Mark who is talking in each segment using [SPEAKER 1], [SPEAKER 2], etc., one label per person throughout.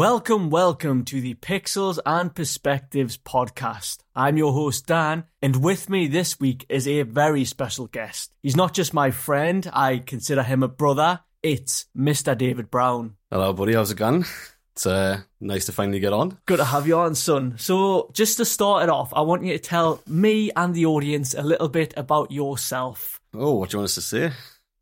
[SPEAKER 1] Welcome, welcome to the Pixels and Perspectives podcast. I'm your host, Dan, and with me this week is a very special guest. He's not just my friend, I consider him a brother. It's Mr. David Brown.
[SPEAKER 2] Hello, buddy. How's it going? It's uh, nice to finally get on.
[SPEAKER 1] Good to have you on, son. So, just to start it off, I want you to tell me and the audience a little bit about yourself.
[SPEAKER 2] Oh, what do you want us to say?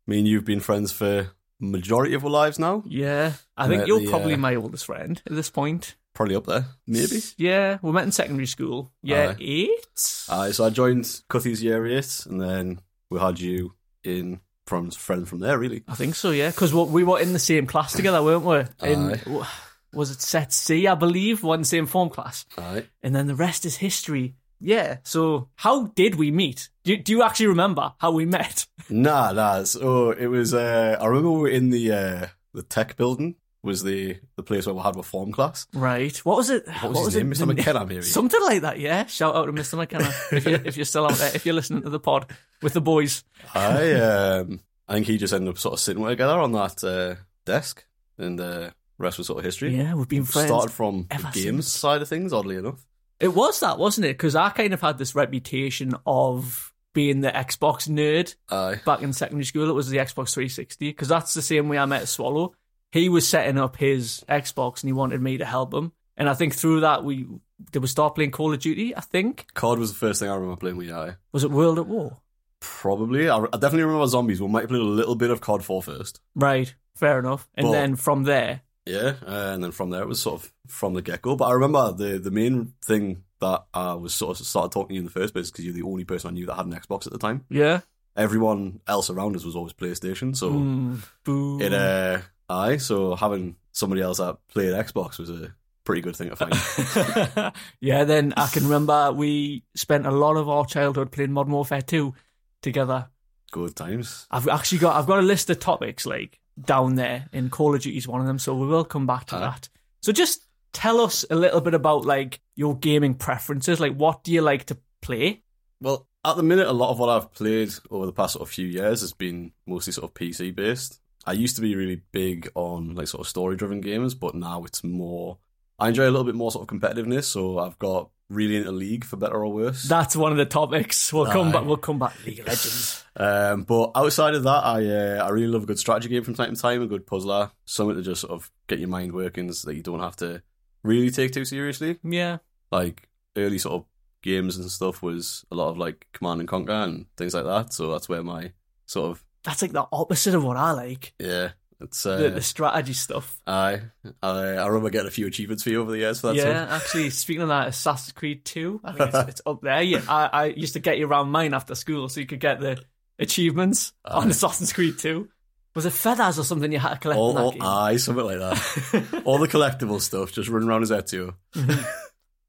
[SPEAKER 2] Me and you've been friends for majority of our lives now.
[SPEAKER 1] Yeah, I
[SPEAKER 2] Met
[SPEAKER 1] think you're
[SPEAKER 2] the, uh,
[SPEAKER 1] probably my oldest friend at this point.
[SPEAKER 2] Probably up there, maybe.
[SPEAKER 1] Yeah, we met in secondary school. Yeah,
[SPEAKER 2] Aye.
[SPEAKER 1] eight?
[SPEAKER 2] Uh, so I joined Cuthy's year eight, and then we had you in from friend from there. Really,
[SPEAKER 1] I think so, yeah. Because we were in the same class together, weren't we? In
[SPEAKER 2] Aye.
[SPEAKER 1] w- was it set C, I believe, one same form class,
[SPEAKER 2] right?
[SPEAKER 1] and then the rest is history. Yeah. So how did we meet? Do, do you actually remember how we met?
[SPEAKER 2] Nah, nah. So it was. Uh, I remember we were in the uh, the tech building. Was the the place where we had our form class?
[SPEAKER 1] Right. What was it?
[SPEAKER 2] What was his name? Mr. McKenna, maybe.
[SPEAKER 1] Something like that, yeah. Shout out to Mr. McKenna if, you, if you're still out there, if you're listening to the pod with the boys.
[SPEAKER 2] I um, I think he just ended up sort of sitting together on that uh, desk, and uh, rest was sort of history.
[SPEAKER 1] Yeah, we've been friends.
[SPEAKER 2] started from the
[SPEAKER 1] ever
[SPEAKER 2] games side of things, oddly enough.
[SPEAKER 1] It was that, wasn't it? Because I kind of had this reputation of being the Xbox nerd.
[SPEAKER 2] Aye.
[SPEAKER 1] back in secondary school, it was the Xbox 360 because that's the same way I met Swallow. He was setting up his Xbox and he wanted me to help him. And I think through that we did we start playing Call of Duty. I think
[SPEAKER 2] COD was the first thing I remember playing with you. aye.
[SPEAKER 1] was it World at War?
[SPEAKER 2] Probably. I, I definitely remember zombies. We might have played a little bit of COD 4 first.
[SPEAKER 1] Right, fair enough. And
[SPEAKER 2] Well-
[SPEAKER 1] then from there,
[SPEAKER 2] Yeah. Uh, and then from there, it was sort of from the get go. But I remember the, the main thing that I was sort of started talking to you in the first place because you're the only person I knew that had an Xbox at the time.
[SPEAKER 1] yeah,
[SPEAKER 2] Everyone else around us was always PlayStation. So
[SPEAKER 1] mm, boom.
[SPEAKER 2] it, uh, aye. So having somebody else that played Xbox was a pretty good thing to find.
[SPEAKER 1] yeah, then I can remember we spent a lot of our childhood playing Modern Warfare 2 together.
[SPEAKER 2] good times.
[SPEAKER 1] I've actually got I've got a list of topics like down there in Call of Duty's one of them, so we will come back to
[SPEAKER 2] Aye.
[SPEAKER 1] that. So just tell us a little bit about like your gaming preferences. Like what do you like to play?
[SPEAKER 2] Well, at the minute, a lot of what I've played over the past sort of few years has been mostly sort of PC based. I used to be really big on like sort of story driven games, but now it's more. I enjoy a little bit more sort of competitiveness, so I've got really into League for better or worse.
[SPEAKER 1] That's one of the topics. We'll come
[SPEAKER 2] Aye.
[SPEAKER 1] back we'll come back to League of Legends.
[SPEAKER 2] um, but outside of that, I uh, I really love a good strategy game from time to time, a good puzzler, something to just sort of get your mind working so that you don't have to really take too seriously.
[SPEAKER 1] yeah.
[SPEAKER 2] like early sort of games and stuff was a lot of like Command and Conquer and things like that. So that's where my sort of
[SPEAKER 1] That's like the opposite of what I like.
[SPEAKER 2] yeah, it's
[SPEAKER 1] the,
[SPEAKER 2] uh,
[SPEAKER 1] the strategy stuff.
[SPEAKER 2] I, I I remember getting a few achievements for you over the years for that.
[SPEAKER 1] yeah,
[SPEAKER 2] sort of-
[SPEAKER 1] actually speaking of that, Assassin's Creed 2, I think it's, it's up there. Yeah, I, I used to get you around mine after school so you could get the achievements on
[SPEAKER 2] Aye.
[SPEAKER 1] Assassin's Creed 2. Was it feathers or something you had to collect in
[SPEAKER 2] all,
[SPEAKER 1] that
[SPEAKER 2] all
[SPEAKER 1] game?
[SPEAKER 2] aye, something like that. all the collectible stuff, just running around as Ezio.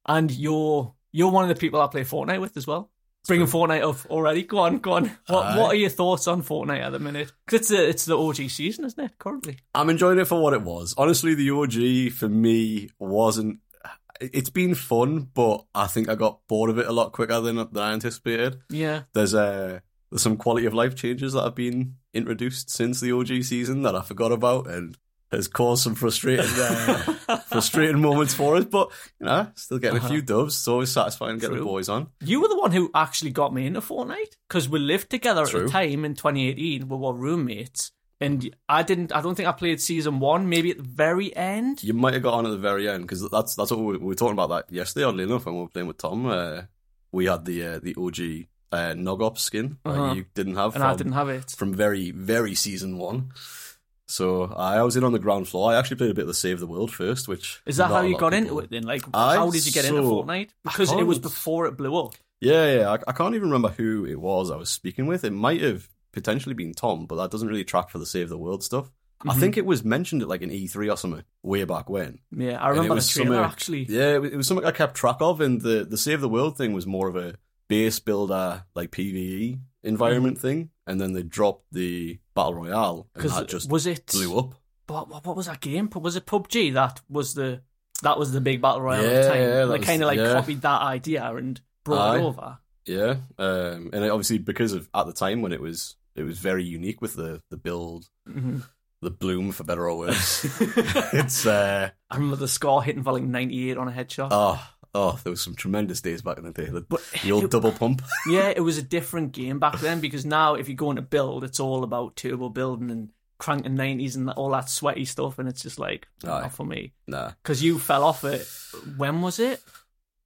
[SPEAKER 1] and you're you're one of the people I play Fortnite with as well. Bringing Fortnite up already. Go on, go on. What
[SPEAKER 2] Aye.
[SPEAKER 1] what are your thoughts on Fortnite at the minute? 'Cause it's the it's the OG season, isn't it? Currently,
[SPEAKER 2] I'm enjoying it for what it was. Honestly, the OG for me wasn't. It's been fun, but I think I got bored of it a lot quicker than than I anticipated.
[SPEAKER 1] yeah.
[SPEAKER 2] there's uh, there's some quality of life changes that have been introduced since the OG season that I forgot about and has caused some frustrating uh, frustrating moments for us. But you know, still getting a few dubs. It's always satisfying to get
[SPEAKER 1] Uh-huh. True.
[SPEAKER 2] the boys on.
[SPEAKER 1] You were the one who actually got me into Fortnite because we lived together at
[SPEAKER 2] True.
[SPEAKER 1] the time in 2018. We were roommates, and I didn't. I don't think I played season one. Maybe at the very end.
[SPEAKER 2] You might have got on at the very end because that's that's what we, we were talking about that yesterday. Oddly enough, when we were playing with Tom, uh, we had the uh, the OG uh, Nogop skin that
[SPEAKER 1] Uh-huh.
[SPEAKER 2] you didn't have,
[SPEAKER 1] And I didn't have it.
[SPEAKER 2] from very very season one. So I was in on the ground floor. I actually played a bit of the Save the World first, which
[SPEAKER 1] Is that
[SPEAKER 2] not
[SPEAKER 1] how
[SPEAKER 2] a
[SPEAKER 1] you
[SPEAKER 2] lot
[SPEAKER 1] got
[SPEAKER 2] of
[SPEAKER 1] into
[SPEAKER 2] people-
[SPEAKER 1] it then? Like,
[SPEAKER 2] I-
[SPEAKER 1] how did you get into
[SPEAKER 2] so-
[SPEAKER 1] Fortnite? Because it was
[SPEAKER 2] can't-
[SPEAKER 1] before it blew up.
[SPEAKER 2] Yeah, yeah. I, I can't even remember who it was I was speaking with. It might have potentially been Tom, but that doesn't really track for the Save the World stuff. I
[SPEAKER 1] Mhm.
[SPEAKER 2] think it was mentioned at like an E3 or something way back when.
[SPEAKER 1] Yeah, I
[SPEAKER 2] And it
[SPEAKER 1] remember the
[SPEAKER 2] was
[SPEAKER 1] trailer
[SPEAKER 2] summer-
[SPEAKER 1] actually.
[SPEAKER 2] Yeah, it was, it was something I kept track of, and the, the Save the World thing was more of a base builder, like PvE environment thing. And then they dropped the Battle Royale, and
[SPEAKER 1] Because
[SPEAKER 2] that just
[SPEAKER 1] was it?
[SPEAKER 2] blew up.
[SPEAKER 1] What, what, what was that game? Pu- Was it PUBG? That was the that was the big battle royale at
[SPEAKER 2] Yeah,
[SPEAKER 1] the time.
[SPEAKER 2] yeah, that
[SPEAKER 1] they
[SPEAKER 2] was-
[SPEAKER 1] kind of like
[SPEAKER 2] yeah.
[SPEAKER 1] copied that idea and brought it
[SPEAKER 2] Aye.
[SPEAKER 1] over.
[SPEAKER 2] Yeah, um, and it- obviously because of at the time when it was it was very unique with the the build
[SPEAKER 1] hmm
[SPEAKER 2] the bloom for better or worse. it's uh
[SPEAKER 1] I remember the score hitting for like 98 on a headshot.
[SPEAKER 2] oh oh there was some tremendous days back in the day. The,
[SPEAKER 1] But-
[SPEAKER 2] the old double pump.
[SPEAKER 1] yeah, it was a different game back then because now if you go into build, it's all about turbo building and cranking 90s and all that sweaty stuff. And it's just like,
[SPEAKER 2] Aye.
[SPEAKER 1] not for me.
[SPEAKER 2] Nah.
[SPEAKER 1] Because you fell off it. When was it?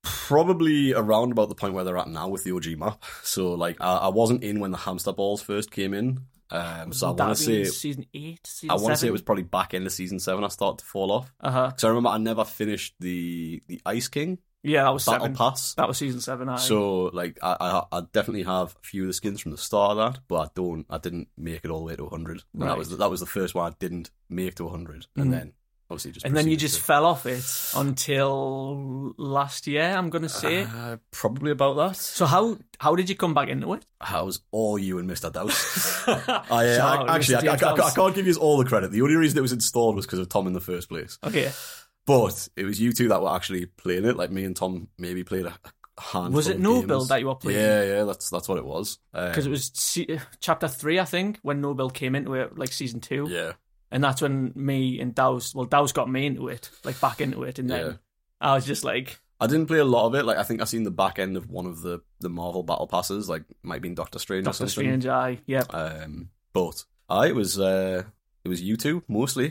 [SPEAKER 2] Probably around about the point where they're at now with the OG map. So like I, I wasn't in when the hamster balls first came in. Um so I
[SPEAKER 1] Would that
[SPEAKER 2] wanna
[SPEAKER 1] be
[SPEAKER 2] say
[SPEAKER 1] season eight, season
[SPEAKER 2] I wanna
[SPEAKER 1] want
[SPEAKER 2] say it was probably back end of season seven I started to fall off.
[SPEAKER 1] Uh huh.
[SPEAKER 2] Because I remember I never finished the the Ice King
[SPEAKER 1] Yeah, that was
[SPEAKER 2] Battle
[SPEAKER 1] seven.
[SPEAKER 2] Pass.
[SPEAKER 1] That was season seven. I
[SPEAKER 2] So like I, I I definitely have a few of the skins from the start of that, but I don't I didn't make it all the way to 100. And that
[SPEAKER 1] Right.
[SPEAKER 2] was that was the first one I didn't make to 100, and
[SPEAKER 1] Mhm.
[SPEAKER 2] then obviously just
[SPEAKER 1] and then you
[SPEAKER 2] proceeded
[SPEAKER 1] just
[SPEAKER 2] to-
[SPEAKER 1] fell off it until last year. I'm gonna say.
[SPEAKER 2] Uh, probably about that.
[SPEAKER 1] so how how did you come back into it?
[SPEAKER 2] I was all you and Mister Douse. I, uh,
[SPEAKER 1] Shout out,
[SPEAKER 2] I- actually, I,
[SPEAKER 1] Mr.
[SPEAKER 2] I- I- I
[SPEAKER 1] Douse.
[SPEAKER 2] can't give you all the credit. The only reason it was installed was because of Tom in the first place.
[SPEAKER 1] Okay.
[SPEAKER 2] But it was you two that were actually playing it. Like me and Tom, maybe played a, a handful.
[SPEAKER 1] Was it
[SPEAKER 2] of
[SPEAKER 1] no
[SPEAKER 2] games.
[SPEAKER 1] build that you were playing?
[SPEAKER 2] Yeah, yeah, that's that's what it was. Uh,
[SPEAKER 1] because it was se- chapter three, I think, when Nobel came into it, like season two,
[SPEAKER 2] yeah,
[SPEAKER 1] and that's when me and Dows, well, Dows got me into it, like back into it, and then
[SPEAKER 2] Yeah.
[SPEAKER 1] I was just like,
[SPEAKER 2] I didn't play a lot of it. Like I think I seen the back end of one of the the Marvel battle passes. Like might be in Doctor Strange
[SPEAKER 1] Doctor
[SPEAKER 2] or something.
[SPEAKER 1] Strange, I, yeah,
[SPEAKER 2] Um, but I it was uh, it was you two mostly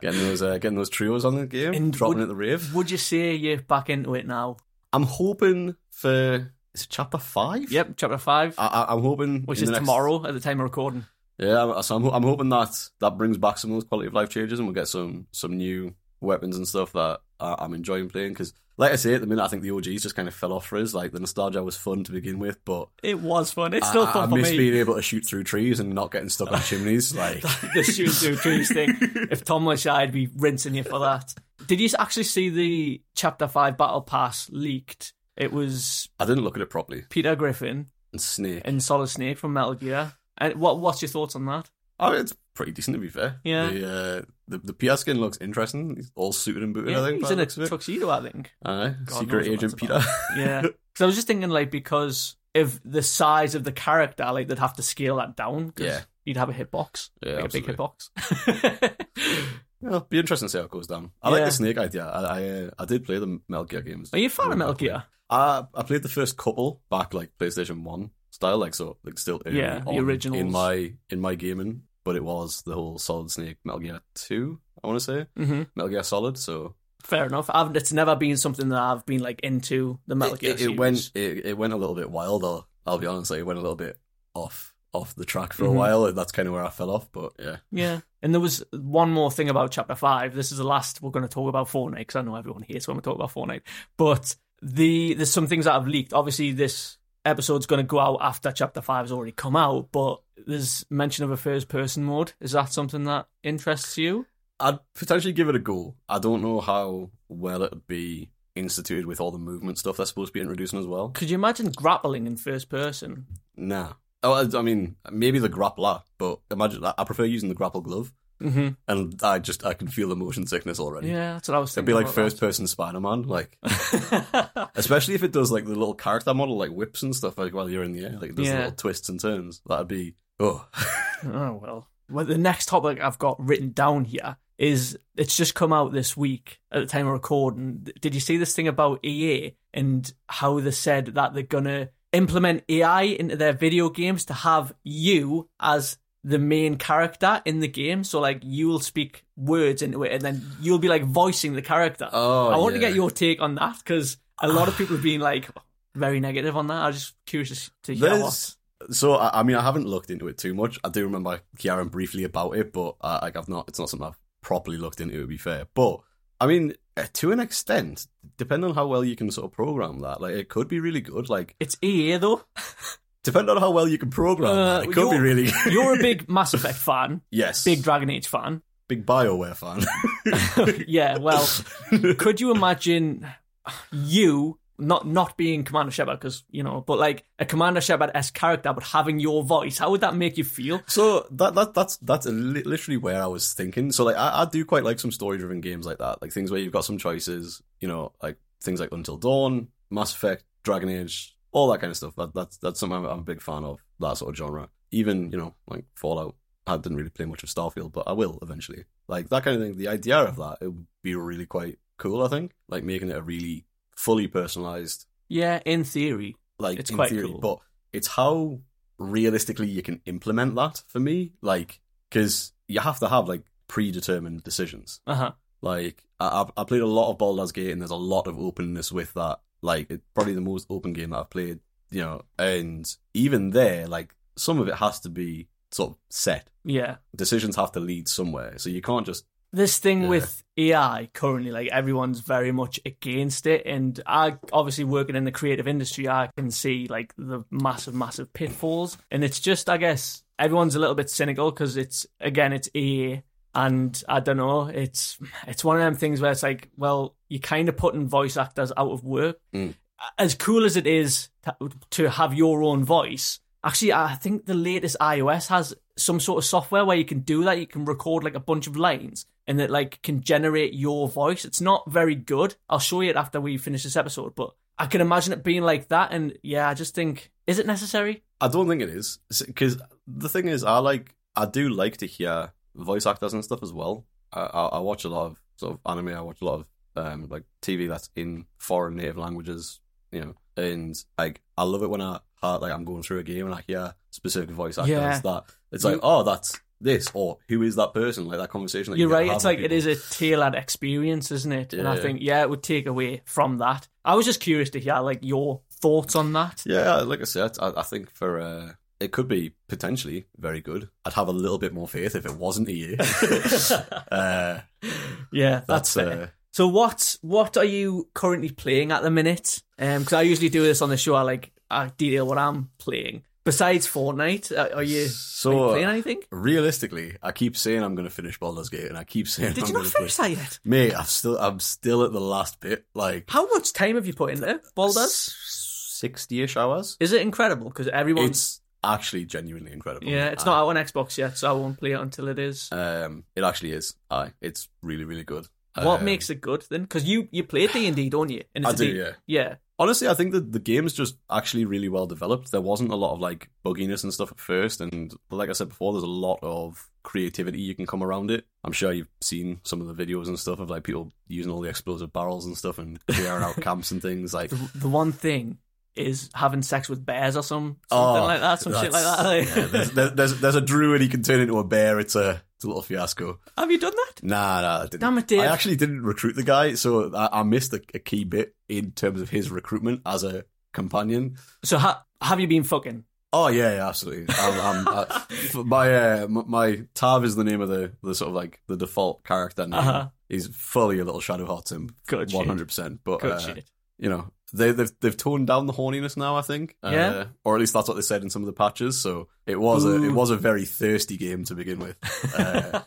[SPEAKER 2] getting those uh, getting those trios on the game,
[SPEAKER 1] And
[SPEAKER 2] dropping
[SPEAKER 1] would-
[SPEAKER 2] at the rave.
[SPEAKER 1] would you say you're back into it now?
[SPEAKER 2] I'm hoping for is it chapter five?
[SPEAKER 1] Yep, chapter five,
[SPEAKER 2] I, I, I'm hoping
[SPEAKER 1] which
[SPEAKER 2] Uh, in
[SPEAKER 1] is
[SPEAKER 2] the next-
[SPEAKER 1] tomorrow at the time of recording.
[SPEAKER 2] Yeah, I'm- so I'm, ho- I'm hoping that that brings back some of those quality of life changes, and we'll get some some new weapons and stuff that I, I'm enjoying playing. Because, like I say, at the minute I think the OGs just kind of fell off for us. Like the nostalgia was fun to begin with, but
[SPEAKER 1] It was fun. It's still
[SPEAKER 2] I,
[SPEAKER 1] fun
[SPEAKER 2] I
[SPEAKER 1] for
[SPEAKER 2] miss
[SPEAKER 1] me.
[SPEAKER 2] being able to shoot through trees and not getting stuck on chimneys. Like,
[SPEAKER 1] the shoot through trees thing. If Tom was shy, I'd be rinsing you for that. Did you actually see the chapter five battle pass leaked? It was
[SPEAKER 2] I didn't look at it properly.
[SPEAKER 1] Peter Griffin
[SPEAKER 2] And snake.
[SPEAKER 1] and Solid Snake from Metal Gear. And what what's your thoughts on that?
[SPEAKER 2] I mean, it's pretty decent to be fair.
[SPEAKER 1] Yeah.
[SPEAKER 2] The uh, the, the PR skin looks interesting. He's all suited and booted. I
[SPEAKER 1] Yeah,
[SPEAKER 2] think.
[SPEAKER 1] he's
[SPEAKER 2] by
[SPEAKER 1] in
[SPEAKER 2] the
[SPEAKER 1] a
[SPEAKER 2] looks of it.
[SPEAKER 1] tuxedo, I think.
[SPEAKER 2] Aye.
[SPEAKER 1] God knows
[SPEAKER 2] Secret
[SPEAKER 1] what
[SPEAKER 2] Agent
[SPEAKER 1] that's
[SPEAKER 2] Peter.
[SPEAKER 1] Yeah, because I was just thinking like because if the size of the character, like they'd have to scale that down. 'cause
[SPEAKER 2] Yeah.
[SPEAKER 1] you'd have a hitbox,
[SPEAKER 2] Yeah,
[SPEAKER 1] like a big
[SPEAKER 2] absolutely.
[SPEAKER 1] hitbox.
[SPEAKER 2] Yeah, it'll be interesting to see how it goes down. I
[SPEAKER 1] Yeah.
[SPEAKER 2] like the snake idea. I I, uh, I did play the Metal Gear games.
[SPEAKER 1] Are you a fan of
[SPEAKER 2] Really
[SPEAKER 1] Metal
[SPEAKER 2] happily.
[SPEAKER 1] Gear?
[SPEAKER 2] I I played the first couple back like PlayStation One style, like so like still early
[SPEAKER 1] Yeah, the
[SPEAKER 2] on
[SPEAKER 1] originals.
[SPEAKER 2] in my in my gaming. But it was the whole Solid Snake Metal Gear Two. I want to say
[SPEAKER 1] hmm
[SPEAKER 2] Metal Gear Solid. So
[SPEAKER 1] Fair enough. I've, it's never been something that I've been like into the Metal
[SPEAKER 2] it,
[SPEAKER 1] Gear.
[SPEAKER 2] it- it
[SPEAKER 1] series.
[SPEAKER 2] went it, it went a little bit wild. I'll, I'll be honest, like, it went a little bit off off the track for
[SPEAKER 1] Mhm.
[SPEAKER 2] a while, and that's kind of where I fell off. But yeah,
[SPEAKER 1] Yeah. And there was one more thing about chapter five. This is the last we're going to talk about Fortnite because I know everyone hates when we talk about Fortnite. But the there's some things that have leaked. Obviously, this episode's going to go out after chapter five's already come out. But there's mention of a first person mode. Is that something that interests you?
[SPEAKER 2] I'd potentially give it a go. I don't know how well it'd be instituted with all the movement stuff they're supposed to be introducing as well.
[SPEAKER 1] Could you imagine grappling in first person?
[SPEAKER 2] Nah. Oh, I, I mean, maybe the grappler, but imagine I I prefer using the grapple glove,
[SPEAKER 1] Mm-hmm.
[SPEAKER 2] and I just I can feel the motion sickness already.
[SPEAKER 1] Yeah, that's what I was
[SPEAKER 2] It'd
[SPEAKER 1] thinking.
[SPEAKER 2] be like
[SPEAKER 1] about
[SPEAKER 2] first person Spider Man, like
[SPEAKER 1] that.
[SPEAKER 2] especially if it does like the little character model, like whips and stuff, like while you're in the air, like it does the
[SPEAKER 1] Yeah.
[SPEAKER 2] little twists and turns. That'd be oh,
[SPEAKER 1] Oh well. Well, the next topic I've got written down here is it's just come out this week at the time of recording. Th- Did you see this thing about EA and how they said that they're gonna implement AI into their video games to have you as the main character in the game? So like you'll speak words into it, and then you'll be like voicing the character.
[SPEAKER 2] oh.
[SPEAKER 1] I want
[SPEAKER 2] yeah.
[SPEAKER 1] to get your take on that because a lot of people have been like very negative on that. I'm just curious to hear what.
[SPEAKER 2] There's- So I, I mean, I haven't looked into it too much. I do remember Kieran briefly about it, but uh, like I've not. It's not something I've properly looked into. To be fair, but I mean, uh, to an extent, depending on how well you can sort of program that, like it could be really good. Like
[SPEAKER 1] It's EA though.
[SPEAKER 2] depending on how well you can program,
[SPEAKER 1] Uh,
[SPEAKER 2] that, it could be
[SPEAKER 1] you're-
[SPEAKER 2] really.
[SPEAKER 1] You're a big Mass Effect fan,
[SPEAKER 2] yes,
[SPEAKER 1] big Dragon Age fan.
[SPEAKER 2] big Bioware fan.
[SPEAKER 1] yeah, well, could you imagine you not not being Commander Shepard because you know, but like a Commander Shepard s character, but having your voice? How would that make you feel?
[SPEAKER 2] So that that that's that's li- literally where I was thinking. So like I, I do quite like some story driven games like that, like things where you've got some choices. You know, like things like Until Dawn, Mass Effect, Dragon Age, all that kind of stuff. That that's that's something I'm, I'm a big fan of. That sort of genre. Even you know like Fallout I didn't really play much of Starfield, but I will eventually. Like that kind of thing. The idea of that it would be really quite cool. I think like making it a really fully personalized
[SPEAKER 1] Yeah, in theory.
[SPEAKER 2] like
[SPEAKER 1] It's
[SPEAKER 2] in
[SPEAKER 1] quite
[SPEAKER 2] theory,
[SPEAKER 1] cool.
[SPEAKER 2] but it's how realistically you can implement that for me. Like because you have to have like predetermined decisions.
[SPEAKER 1] Uh huh.
[SPEAKER 2] Like I, I've- I played a lot of Baldur's Gate, and there's a lot of openness with that. Like it's probably the most open game that I've played, you know. And even there, like some of it has to be sort of set.
[SPEAKER 1] Yeah.
[SPEAKER 2] Decisions have to lead somewhere, so you can't just
[SPEAKER 1] This thing
[SPEAKER 2] Yeah.
[SPEAKER 1] with AI currently, like everyone's very much against it, and I obviously working in the creative industry, I can see like the massive, massive pitfalls, and it's just, I guess, everyone's a little bit cynical because it's again, it's EA, and I don't know, it's it's one of them things where it's like, well, you're kind of putting voice actors out of work.
[SPEAKER 2] Mm.
[SPEAKER 1] As cool as it is to, to have your own voice, actually, I think the latest iOS has some sort of software where you can do that. You can record like a bunch of lines, and it like can generate your voice. It's not very good. I'll show you it after we finish this episode, but I can imagine it being like that. And yeah, I just think is it necessary?
[SPEAKER 2] I don't think it is because the thing is, I like I do like to hear voice actors and stuff as well. I, I, I watch a lot of sort of anime. I watch a lot of um, like TV that's in foreign native languages, you know. And like I love it when I uh, like I'm going through a game and I hear specific voice actors
[SPEAKER 1] Yeah.
[SPEAKER 2] that it's
[SPEAKER 1] You-
[SPEAKER 2] like oh that's this or who is that person like that conversation. That
[SPEAKER 1] You're
[SPEAKER 2] you get
[SPEAKER 1] right.
[SPEAKER 2] to
[SPEAKER 1] It's
[SPEAKER 2] have
[SPEAKER 1] like
[SPEAKER 2] with
[SPEAKER 1] it
[SPEAKER 2] people.
[SPEAKER 1] is a tail end experience, isn't it? And I
[SPEAKER 2] Yeah.
[SPEAKER 1] think yeah, it would take away from that. I was just curious to hear like your thoughts on that.
[SPEAKER 2] Yeah, like I said, I, I think for uh, it could be potentially very good. I'd have a little bit more faith if it wasn't EA. uh,
[SPEAKER 1] Yeah, that's,
[SPEAKER 2] that's
[SPEAKER 1] fair.
[SPEAKER 2] uh,
[SPEAKER 1] So what what are you currently playing at the minute? Um, because I usually do this on the show. I like I detail what I'm playing. Besides Fortnite, uh, are are you, are you
[SPEAKER 2] so
[SPEAKER 1] playing anything?
[SPEAKER 2] realistically, I keep saying I'm going to finish Baldur's Gate, and I keep saying
[SPEAKER 1] Did
[SPEAKER 2] I'm
[SPEAKER 1] you
[SPEAKER 2] going
[SPEAKER 1] not
[SPEAKER 2] to
[SPEAKER 1] finish that yet?
[SPEAKER 2] Mate, I'm still I'm still at the last bit, like
[SPEAKER 1] How much time have you put in there, Baldur's?
[SPEAKER 2] sixty-ish hours.
[SPEAKER 1] Is it incredible? Because everyone's
[SPEAKER 2] It's actually genuinely incredible.
[SPEAKER 1] yeah, it's not out on Xbox yet, so I won't play it until it is.
[SPEAKER 2] Um, it actually is. Aye, it's really really good.
[SPEAKER 1] what
[SPEAKER 2] Um,
[SPEAKER 1] makes it good then? Because you you play D and D, don't you? And
[SPEAKER 2] I
[SPEAKER 1] a
[SPEAKER 2] do,
[SPEAKER 1] D-
[SPEAKER 2] yeah.
[SPEAKER 1] yeah,
[SPEAKER 2] Honestly, I think that the game's just actually really well developed. There wasn't a lot of like bugginess and stuff at first, and like I said before, there's a lot of creativity you can come around it. I'm sure you've seen some of the videos and stuff of like people using all the explosive barrels and stuff and clearing out camps and things like.
[SPEAKER 1] The, the one thing is having sex with bears or some something
[SPEAKER 2] Oh,
[SPEAKER 1] like that, some shit like
[SPEAKER 2] that's-
[SPEAKER 1] that.
[SPEAKER 2] yeah, there's, there's, there's, there's a druid he can turn into a bear. It's a it's a little fiasco.
[SPEAKER 1] have you done that?
[SPEAKER 2] Nah, nah, I didn't.
[SPEAKER 1] Damn it, Dave.
[SPEAKER 2] I actually didn't recruit the guy, so I, I missed a, a key bit in terms of his recruitment as a companion.
[SPEAKER 1] So ha- have you been fucking?
[SPEAKER 2] Oh yeah, yeah absolutely. I'm, I'm, I, f- my uh, m- my Tav is the name of the, the sort of like the default character name.
[SPEAKER 1] Uh-huh.
[SPEAKER 2] He's fully a little shadow hot him,
[SPEAKER 1] Good shit.
[SPEAKER 2] one hundred percent. But
[SPEAKER 1] Good
[SPEAKER 2] uh,
[SPEAKER 1] shit.
[SPEAKER 2] you know they, they've they've toned down the horniness now. I think,
[SPEAKER 1] Yeah.
[SPEAKER 2] uh, or at least that's what they said in some of the patches. So it was a, it
[SPEAKER 1] Ooh.
[SPEAKER 2] was a very thirsty game to begin with. Uh,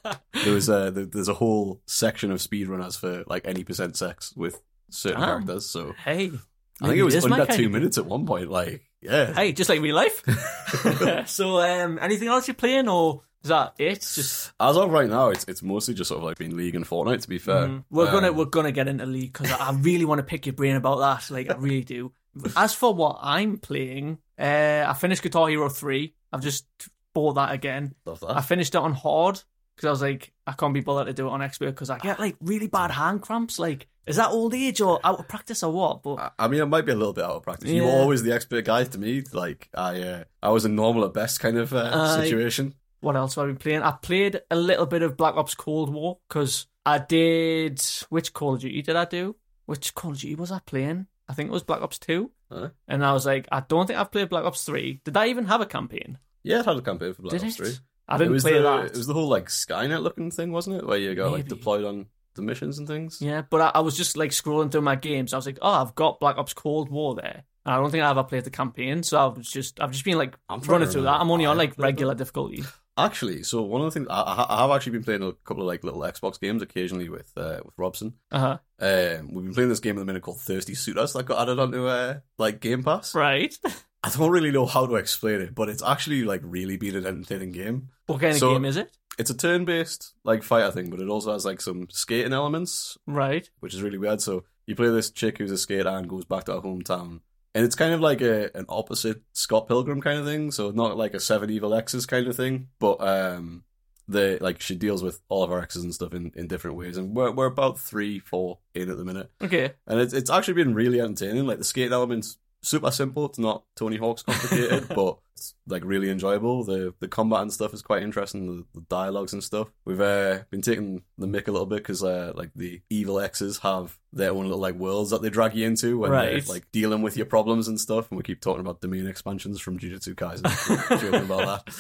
[SPEAKER 2] there was a there- there's a whole section of speedrunners for like any percent sex with certain
[SPEAKER 1] Damn.
[SPEAKER 2] characters. So
[SPEAKER 1] hey,
[SPEAKER 2] I think
[SPEAKER 1] maybe
[SPEAKER 2] it was
[SPEAKER 1] is my
[SPEAKER 2] under
[SPEAKER 1] kind
[SPEAKER 2] two
[SPEAKER 1] of-
[SPEAKER 2] minutes at one point. Like yeah,
[SPEAKER 1] Hey, just like real life. so, um, anything else you're playing, or is that it? Just
[SPEAKER 2] As of right now, it's it's mostly just sort of like been League and Fortnite. To be fair,
[SPEAKER 1] mm, we're gonna
[SPEAKER 2] Um,
[SPEAKER 1] we're gonna get into league because I, I really want to pick your brain about that. Like I really do. As for what I'm playing, uh, I finished Guitar Hero three. I've just bought that again.
[SPEAKER 2] love
[SPEAKER 1] I
[SPEAKER 2] that.
[SPEAKER 1] finished it on hard because I was like, I can't be bothered to do it on expert because I get like really bad hand cramps. Like, is that old age or out of practice or what? But
[SPEAKER 2] I- I mean, I might be a little bit out of practice. You were
[SPEAKER 1] Yeah.
[SPEAKER 2] always the expert guy to me. Like I, uh, I was a normal at best kind of uh,
[SPEAKER 1] I-
[SPEAKER 2] situation.
[SPEAKER 1] what else have I been playing? I played a little bit of Black Ops Cold War because I did. Which Call of Duty did I do? Which Call of Duty was I playing? I think it was Black Ops 2.
[SPEAKER 2] Huh?
[SPEAKER 1] And I was like, I don't think I've played Black Ops 3. Did I even have a campaign?
[SPEAKER 2] Yeah, it had a campaign for Black
[SPEAKER 1] Did
[SPEAKER 2] Ops
[SPEAKER 1] it?
[SPEAKER 2] Three.
[SPEAKER 1] I
[SPEAKER 2] it
[SPEAKER 1] didn't
[SPEAKER 2] was
[SPEAKER 1] play
[SPEAKER 2] the,
[SPEAKER 1] that.
[SPEAKER 2] It was the whole like Skynet looking thing, wasn't it? Where you got like
[SPEAKER 1] Maybe.
[SPEAKER 2] deployed on the missions and things.
[SPEAKER 1] Yeah, but I, I was just like scrolling through my games. I was like, oh, I've got Black Ops Cold War there. And I don't think I ever played the campaign, so I was just I've just been like
[SPEAKER 2] I'm trying
[SPEAKER 1] running
[SPEAKER 2] to
[SPEAKER 1] through that.
[SPEAKER 2] remember
[SPEAKER 1] I'm only
[SPEAKER 2] if I
[SPEAKER 1] on like
[SPEAKER 2] played that.
[SPEAKER 1] regular difficulty.
[SPEAKER 2] Actually, so one of the things I, I I have actually been playing a couple of like little Xbox games occasionally with uh, with Robson.
[SPEAKER 1] Uh huh.
[SPEAKER 2] Um, we've been playing this game at the minute called Thirsty Suitors that got added onto uh, like Game Pass.
[SPEAKER 1] Right.
[SPEAKER 2] I don't really know how to explain it, but it's actually like really been an entertaining game.
[SPEAKER 1] what kind of
[SPEAKER 2] So-
[SPEAKER 1] game is it?
[SPEAKER 2] It's a turn-based like fighter thing, but it also has like some skating elements,
[SPEAKER 1] Right.
[SPEAKER 2] which is really weird. So you play this chick who's a skater and goes back to her hometown, and it's kind of like a an opposite Scott Pilgrim kind of thing. So not like a Seven Evil X's kind of thing, but um, they like she deals with all of our exes and stuff in, in different ways, and we're we're about three, four in at the minute,
[SPEAKER 1] Okay.
[SPEAKER 2] and it's it's actually been really entertaining. Like the skating element's super simple; it's not Tony Hawk's complicated, but it's like really enjoyable. The the combat and stuff is quite interesting. The, the dialogues and stuff. We've uh, been taking the mick a little bit because uh, like the evil exes have their own little like worlds that they drag you into when they're
[SPEAKER 1] Right.
[SPEAKER 2] like dealing with your problems and stuff. And we keep talking about domain expansions from Jujutsu Kaisen, joking about that.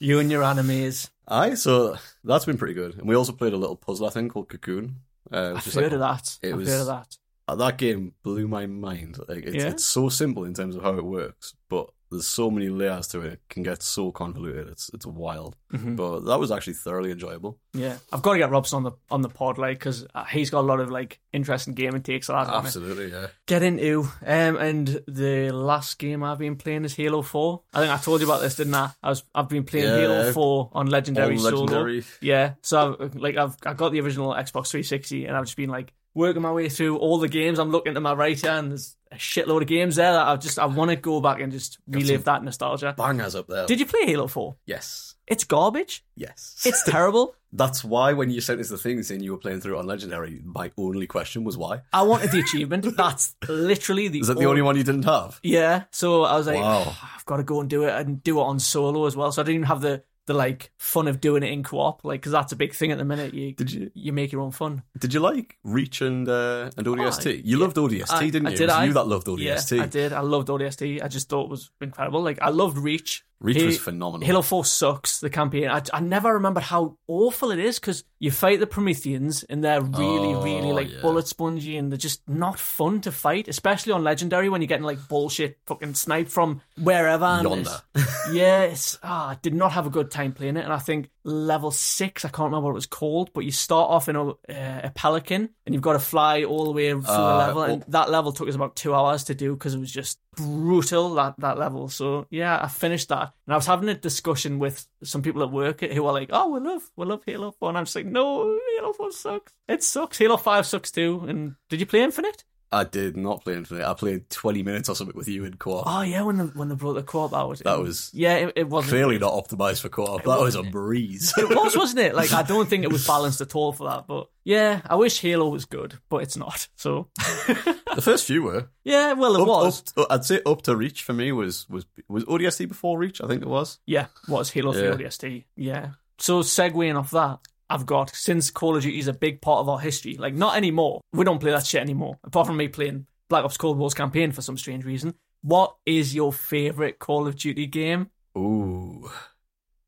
[SPEAKER 1] You and your animes.
[SPEAKER 2] Aye, so that's been pretty good. And we also played a little puzzle, I think, called Cocoon. Uh,
[SPEAKER 1] I've
[SPEAKER 2] which is
[SPEAKER 1] heard
[SPEAKER 2] like,
[SPEAKER 1] of that.
[SPEAKER 2] it
[SPEAKER 1] I've
[SPEAKER 2] was-
[SPEAKER 1] heard of that.
[SPEAKER 2] uh, that game blew my mind. Like it's,
[SPEAKER 1] Yeah?
[SPEAKER 2] it's so simple in terms of how it works, but there's so many layers to it. It can get so convoluted. It's it's wild.
[SPEAKER 1] Mhm.
[SPEAKER 2] But that was actually thoroughly enjoyable.
[SPEAKER 1] Yeah, I've got to get Robson on the on the pod, like, because he's got a lot of like interesting gaming takes. That I wanna
[SPEAKER 2] Absolutely, yeah.
[SPEAKER 1] get into. Um, and the last game I've been playing is Halo Four. I think I told you about this, didn't I? I was I've been playing
[SPEAKER 2] Yeah.
[SPEAKER 1] Halo Four on
[SPEAKER 2] All
[SPEAKER 1] Legendary, Solo.
[SPEAKER 2] legendary.
[SPEAKER 1] Yeah, so I've, like I've I got the original Xbox 360, and I've just been like working my way through all the games. I'm looking to my right hand. There's a shitload of games there that I just I want to go back and just relive that nostalgia.
[SPEAKER 2] Bangers up there.
[SPEAKER 1] Did you play Halo Four?
[SPEAKER 2] yes.
[SPEAKER 1] It's garbage.
[SPEAKER 2] Yes.
[SPEAKER 1] It's terrible.
[SPEAKER 2] That's why when you sent us the thing saying you were playing through it on legendary, my only question was why.
[SPEAKER 1] I wanted the achievement. That's literally the
[SPEAKER 2] Is that the only one you didn't have?
[SPEAKER 1] Yeah. So I was like, "Ah,
[SPEAKER 2] Wow.
[SPEAKER 1] I've got to go and do it and do it on solo as well. So I didn't even have the the like fun of doing it in co-op, like because that's a big thing at the minute. You
[SPEAKER 2] Did you
[SPEAKER 1] you make your own fun.
[SPEAKER 2] Did you like Reach and uh, and ODST? you loved ODST,
[SPEAKER 1] I-
[SPEAKER 2] didn't
[SPEAKER 1] I
[SPEAKER 2] you?
[SPEAKER 1] did,
[SPEAKER 2] It was
[SPEAKER 1] I-
[SPEAKER 2] you that loved ODST.
[SPEAKER 1] Yeah, I did. I loved ODST. I just thought it was incredible. Like I loved Reach.
[SPEAKER 2] Reach
[SPEAKER 1] He-
[SPEAKER 2] was phenomenal.
[SPEAKER 1] Halo 4 sucks, the campaign. I, I never remembered how awful it is because you fight the Prometheans and they're really,
[SPEAKER 2] Oh,
[SPEAKER 1] really like
[SPEAKER 2] yeah.
[SPEAKER 1] bullet spongy and they're just not fun to fight, especially on Legendary when you're getting like bullshit fucking snipe from wherever. and
[SPEAKER 2] Yonder.
[SPEAKER 1] it's- yes. Ah, I did not have a good time playing it. And I think level six, I can't remember what it was called, but you start off in a, uh, a pelican and you've got to fly all the way through a
[SPEAKER 2] Uh,
[SPEAKER 1] level. and that level took us about two hours to do because it was just brutal that that level. So yeah, I finished that, and I was having a discussion with some people at work who were like, "Oh, we love we love Halo 4. and I'm just like, "No, Halo Four sucks. It sucks. Halo Five sucks too." And did you play Infinite?
[SPEAKER 2] I did not play Infinite. I played 20 minutes or something with you in co-op.
[SPEAKER 1] Oh yeah, when the when they brought the co-op out,
[SPEAKER 2] That was
[SPEAKER 1] yeah, it, it wasn't.
[SPEAKER 2] clearly not optimized for co-op. That was a breeze.
[SPEAKER 1] It was, wasn't it? Like, I don't think it was balanced at all for that. But yeah, I wish Halo was good, but it's not. So
[SPEAKER 2] the first few were.
[SPEAKER 1] yeah, well, it
[SPEAKER 2] Up-
[SPEAKER 1] was.
[SPEAKER 2] up- I'd say up to Reach for me was was was ODST before Reach. I think it was.
[SPEAKER 1] Yeah, was Halo 3
[SPEAKER 2] Yeah.
[SPEAKER 1] ODST. Yeah. So segueing off that, I've got since Call of Duty is a big part of our history. Like not anymore. We don't play that shit anymore. Apart from me playing Black Ops Cold War's campaign for some strange reason. What is your favorite Call of Duty game?
[SPEAKER 2] Ooh.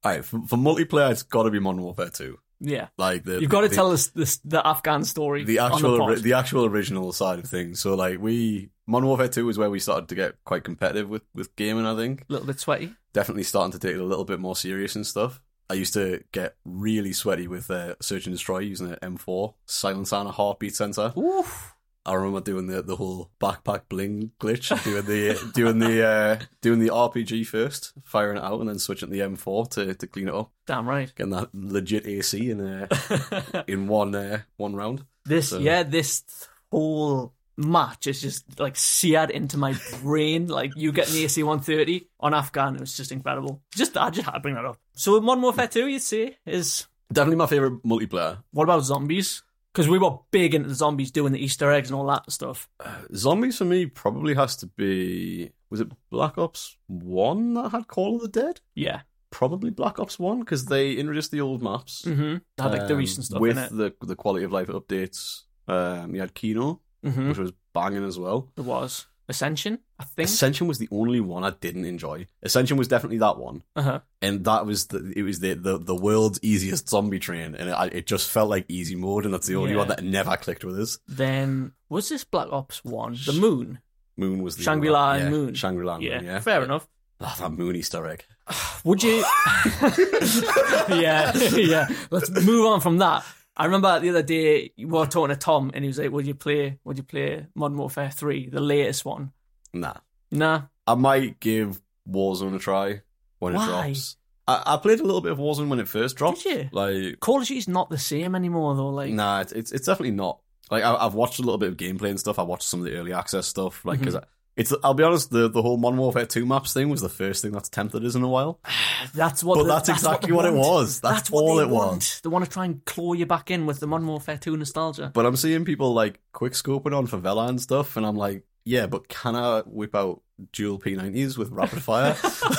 [SPEAKER 2] All right, for, for multiplayer, it's got to be Modern Warfare 2.
[SPEAKER 1] Yeah,
[SPEAKER 2] Like the,
[SPEAKER 1] you've got to
[SPEAKER 2] the-
[SPEAKER 1] tell us this, the Afghan story.
[SPEAKER 2] the
[SPEAKER 1] on the
[SPEAKER 2] actual
[SPEAKER 1] pod.
[SPEAKER 2] ori- the, actual original side of things. So like we Modern Warfare Two is where we started to get quite competitive with with gaming. I think
[SPEAKER 1] little bit sweaty.
[SPEAKER 2] definitely starting to take it a little bit more serious and stuff. I used to get really sweaty with uh, search and destroy using an M4 silence and a heartbeat sensor.
[SPEAKER 1] Oof.
[SPEAKER 2] I remember doing the the whole backpack bling glitch, doing the doing the uh, doing the RPG first, firing it out, and then switching to the M4 to to clean it up,
[SPEAKER 1] Damn right.
[SPEAKER 2] getting that legit AC in uh, in one uh, one round.
[SPEAKER 1] This
[SPEAKER 2] So-
[SPEAKER 1] yeah, this whole match is just like seared into my brain. like you getting the AC one thirty on Afghan, it was just incredible. Just I just had to bring that up. So Modern Warfare two, you'd say, is
[SPEAKER 2] Definitely my favorite multiplayer.
[SPEAKER 1] what about zombies? Because we were big into the zombies doing the Easter eggs and all that stuff.
[SPEAKER 2] Zombies for me probably has to be was it Black Ops One that had Call of the Dead?
[SPEAKER 1] Yeah.
[SPEAKER 2] Probably Black Ops One because they introduced the old maps,
[SPEAKER 1] Mm-hmm. Had like the
[SPEAKER 2] um,
[SPEAKER 1] recent stuff
[SPEAKER 2] with
[SPEAKER 1] in it.
[SPEAKER 2] the the quality of life updates. Um, you had Kino,
[SPEAKER 1] Mm-hmm.
[SPEAKER 2] which was banging as well.
[SPEAKER 1] It was. Ascension, I think.
[SPEAKER 2] Ascension was the only one I didn't enjoy. Ascension was definitely that one,
[SPEAKER 1] Uh-huh.
[SPEAKER 2] and that was the it was the the, the world's easiest zombie train, and it, I- it just felt like easy mode, and that's the only
[SPEAKER 1] Yeah.
[SPEAKER 2] one that never clicked with us.
[SPEAKER 1] Then was this Black Ops one? The moon.
[SPEAKER 2] Moon was the
[SPEAKER 1] Shangri-La and
[SPEAKER 2] yeah,
[SPEAKER 1] Moon.
[SPEAKER 2] Shangri-La, and
[SPEAKER 1] Yeah.
[SPEAKER 2] Moon, yeah,
[SPEAKER 1] Fair enough.
[SPEAKER 2] Ah, that Moon Easter egg.
[SPEAKER 1] Would you? yeah, yeah. Let's move on from that. I remember the other day we were talking to Tom, and he was like, "Would you play? Would you play Modern Warfare Three, the latest one?"
[SPEAKER 2] Nah.
[SPEAKER 1] Nah,
[SPEAKER 2] I might give Warzone a try when
[SPEAKER 1] Why?
[SPEAKER 2] it drops. I, I played a little bit of Warzone when it first dropped.
[SPEAKER 1] you?
[SPEAKER 2] Like,
[SPEAKER 1] Call of Duty's not the same anymore, though. Like,
[SPEAKER 2] nah,
[SPEAKER 1] Mm-hmm.
[SPEAKER 2] it's it's, it's definitely not. Like, I, I've watched a little bit of gameplay and stuff. I watched some of the early access stuff, like because It's I'll be honest, the, the whole Modern Warfare 2 maps thing was the first thing that's tempted us in a while.
[SPEAKER 1] That's what.
[SPEAKER 2] But
[SPEAKER 1] the-
[SPEAKER 2] that's, exactly
[SPEAKER 1] they
[SPEAKER 2] what, it
[SPEAKER 1] want.
[SPEAKER 2] was. That's,
[SPEAKER 1] what
[SPEAKER 2] all
[SPEAKER 1] they
[SPEAKER 2] it
[SPEAKER 1] want.
[SPEAKER 2] was.
[SPEAKER 1] They want to try and claw you back in with the Modern Warfare 2 nostalgia.
[SPEAKER 2] But I'm seeing people like quick scoping on Favela and stuff, and I'm like, yeah, but can I whip out dual P90s with rapid fire?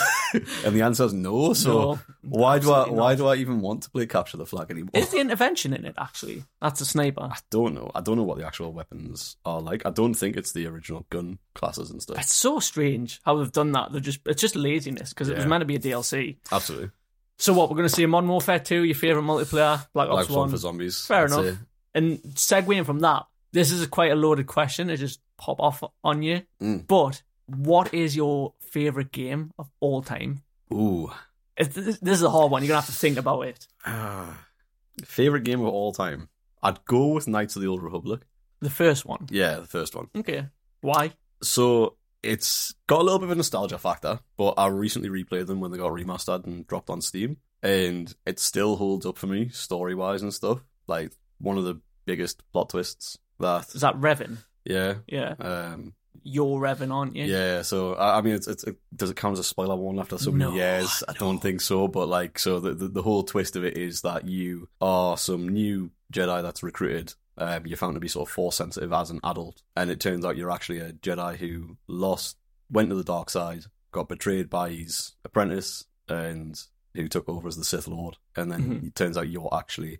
[SPEAKER 2] and the answer is no. So
[SPEAKER 1] No,
[SPEAKER 2] why do I
[SPEAKER 1] absolutely
[SPEAKER 2] why
[SPEAKER 1] not.
[SPEAKER 2] do I even want to play capture the flag anymore?
[SPEAKER 1] Is the intervention in it actually? That's a sniper.
[SPEAKER 2] I don't know. I don't know what the actual weapons are like. I don't think it's the original gun classes and stuff.
[SPEAKER 1] It's so strange how they've done that. They're just it's just laziness because it was
[SPEAKER 2] Yeah.
[SPEAKER 1] meant to be a DLC.
[SPEAKER 2] Absolutely.
[SPEAKER 1] So what? We're going to see a Modern Warfare 2, your favorite multiplayer, Black Ops
[SPEAKER 2] Like one
[SPEAKER 1] 1,
[SPEAKER 2] for zombies.
[SPEAKER 1] Fair
[SPEAKER 2] I'd
[SPEAKER 1] enough.
[SPEAKER 2] say.
[SPEAKER 1] and segueing from that, this is quite a loaded question. It just pop off on you.
[SPEAKER 2] Mm.
[SPEAKER 1] But what is your favorite game of all time?
[SPEAKER 2] Ooh.
[SPEAKER 1] It's, this this is a hard one. You're gonna have to think about it. Ah.
[SPEAKER 2] Favorite game of all time. I'd go with Knights of the Old Republic.
[SPEAKER 1] The first one.
[SPEAKER 2] Yeah, the first one.
[SPEAKER 1] Okay. Why?
[SPEAKER 2] So it's got a little bit of a nostalgia factor, but I recently replayed them when they got remastered and dropped on Steam, and it still holds up for me story wise and stuff. Like one of the biggest plot twists that
[SPEAKER 1] Is that Revan?
[SPEAKER 2] yeah.
[SPEAKER 1] Yeah,
[SPEAKER 2] Um,
[SPEAKER 1] you're Revan, aren't you?
[SPEAKER 2] yeah, so I, I mean, it's, it's, it, does it count as a spoiler one after so many
[SPEAKER 1] No,
[SPEAKER 2] years? I don't think so, but like, so the, the the whole twist of it is that you are some new Jedi that's recruited. Um, you're found to be sort of force sensitive as an adult, and it turns out you're actually a Jedi who lost, went to the dark side, got betrayed by his apprentice, and who took over as the Sith Lord, and then
[SPEAKER 1] Mhm.
[SPEAKER 2] it turns out you're actually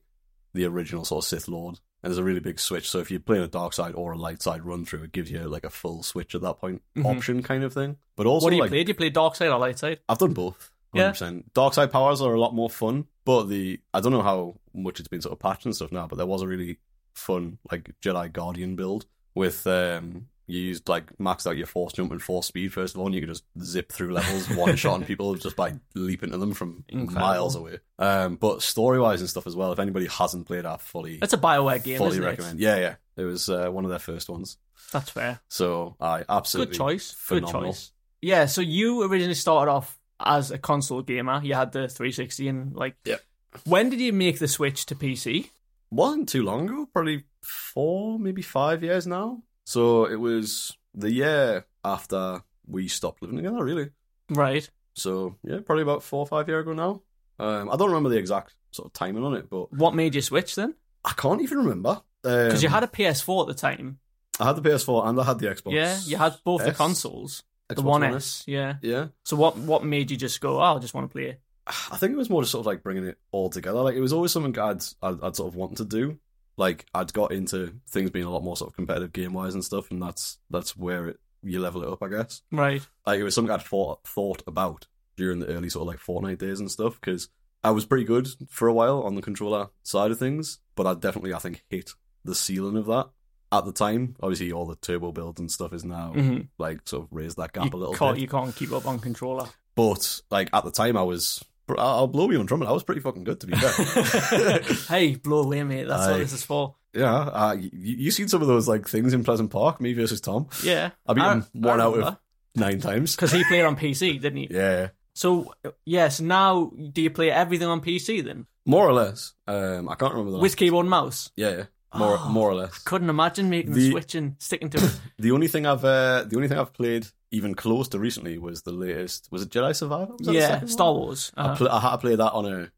[SPEAKER 2] the original sort of Sith Lord. And there's a really big switch. So if you're playing a dark side or a light side run through, it gives you like a full switch at that point
[SPEAKER 1] Mhm.
[SPEAKER 2] option kind of thing. But also,
[SPEAKER 1] what do you
[SPEAKER 2] like,
[SPEAKER 1] play? Do you play Dark Side or Light Side?
[SPEAKER 2] I've done both.
[SPEAKER 1] Yeah.
[SPEAKER 2] 100%. Dark side powers are a lot more fun, but the I don't know how much it's been sort of patched and stuff now, but there was a really fun like Jedi Guardian build with um you used like maxed out your force jump and force speed first of all, and you could just zip through levels, one shot on people just by leaping to them from
[SPEAKER 1] Incredible.
[SPEAKER 2] miles away. Um, but story wise and stuff as well. If anybody hasn't played, I fully
[SPEAKER 1] That's a Bioware game,
[SPEAKER 2] fully
[SPEAKER 1] isn't
[SPEAKER 2] recommend. Yeah, yeah, it was uh, one of their first ones.
[SPEAKER 1] it? That's fair.
[SPEAKER 2] So I absolutely
[SPEAKER 1] Good choice. Good
[SPEAKER 2] phenomenal.
[SPEAKER 1] choice. Yeah. So you originally started off as a console gamer. You had the 360 and like.
[SPEAKER 2] Yeah.
[SPEAKER 1] When did you make the switch to PC?
[SPEAKER 2] wasn't too long ago, probably four, maybe five years now. So it was the year after we stopped living together, really.
[SPEAKER 1] Right.
[SPEAKER 2] So yeah, probably about four or five years ago now. Um, I don't remember the exact sort of timing on it, but
[SPEAKER 1] What made you switch then?
[SPEAKER 2] I can't even remember because
[SPEAKER 1] Because you had a PS4 at the time.
[SPEAKER 2] I had the PS4 and I had the Um, Xbox.
[SPEAKER 1] yeah. You had both the
[SPEAKER 2] S,
[SPEAKER 1] consoles. the
[SPEAKER 2] Xbox
[SPEAKER 1] One
[SPEAKER 2] One
[SPEAKER 1] S. Yeah.
[SPEAKER 2] Yeah,
[SPEAKER 1] So what what made you just go? Oh, I just want to play it.
[SPEAKER 2] I think it was more just sort of like bringing it all together. Like it was always something I'd I'd, I'd sort of wanted to do. Like I'd got into things being a lot more sort of competitive game wise and stuff, and that's that's where it you level it up, I guess.
[SPEAKER 1] Right.
[SPEAKER 2] like it was something I'd thought thought about during the early sort of like Fortnite days and stuff because I was pretty good for a while on the controller side of things, but I definitely I think hit the ceiling of that at the time. Obviously, all the turbo builds and stuff is now
[SPEAKER 1] Mhm.
[SPEAKER 2] like sort of raised that Oh, gap
[SPEAKER 1] you
[SPEAKER 2] a little
[SPEAKER 1] can't,
[SPEAKER 2] bit.
[SPEAKER 1] You can't keep up on controller.
[SPEAKER 2] But like at the time, I was I- I'll blow you on trumpet. I was pretty fucking good to be fair.
[SPEAKER 1] hey, blow away, mate. That's
[SPEAKER 2] Aye.
[SPEAKER 1] what this is for.
[SPEAKER 2] yeah, uh, you, you seen some of those like things in Pleasant Park, me versus Tom.
[SPEAKER 1] Yeah.
[SPEAKER 2] I beat him one out of nine times.
[SPEAKER 1] Because he played on PC, didn't he?
[SPEAKER 2] Yeah.
[SPEAKER 1] So, yes, now do you play everything on PC then?
[SPEAKER 2] More or less. Um, I can't remember the
[SPEAKER 1] With keyboard and mouse?
[SPEAKER 2] Yeah, yeah. More,
[SPEAKER 1] Oh.
[SPEAKER 2] more or less.
[SPEAKER 1] Couldn't imagine making the,
[SPEAKER 2] The-
[SPEAKER 1] switch and sticking to it.
[SPEAKER 2] The only thing I've, uh, the only thing I've played even close to recently was the latest. Was it Jedi Survivor? Was that the
[SPEAKER 1] yeah,
[SPEAKER 2] second
[SPEAKER 1] Star
[SPEAKER 2] one?
[SPEAKER 1] Wars.
[SPEAKER 2] I,
[SPEAKER 1] Uh,
[SPEAKER 2] pl- I had to play that on a,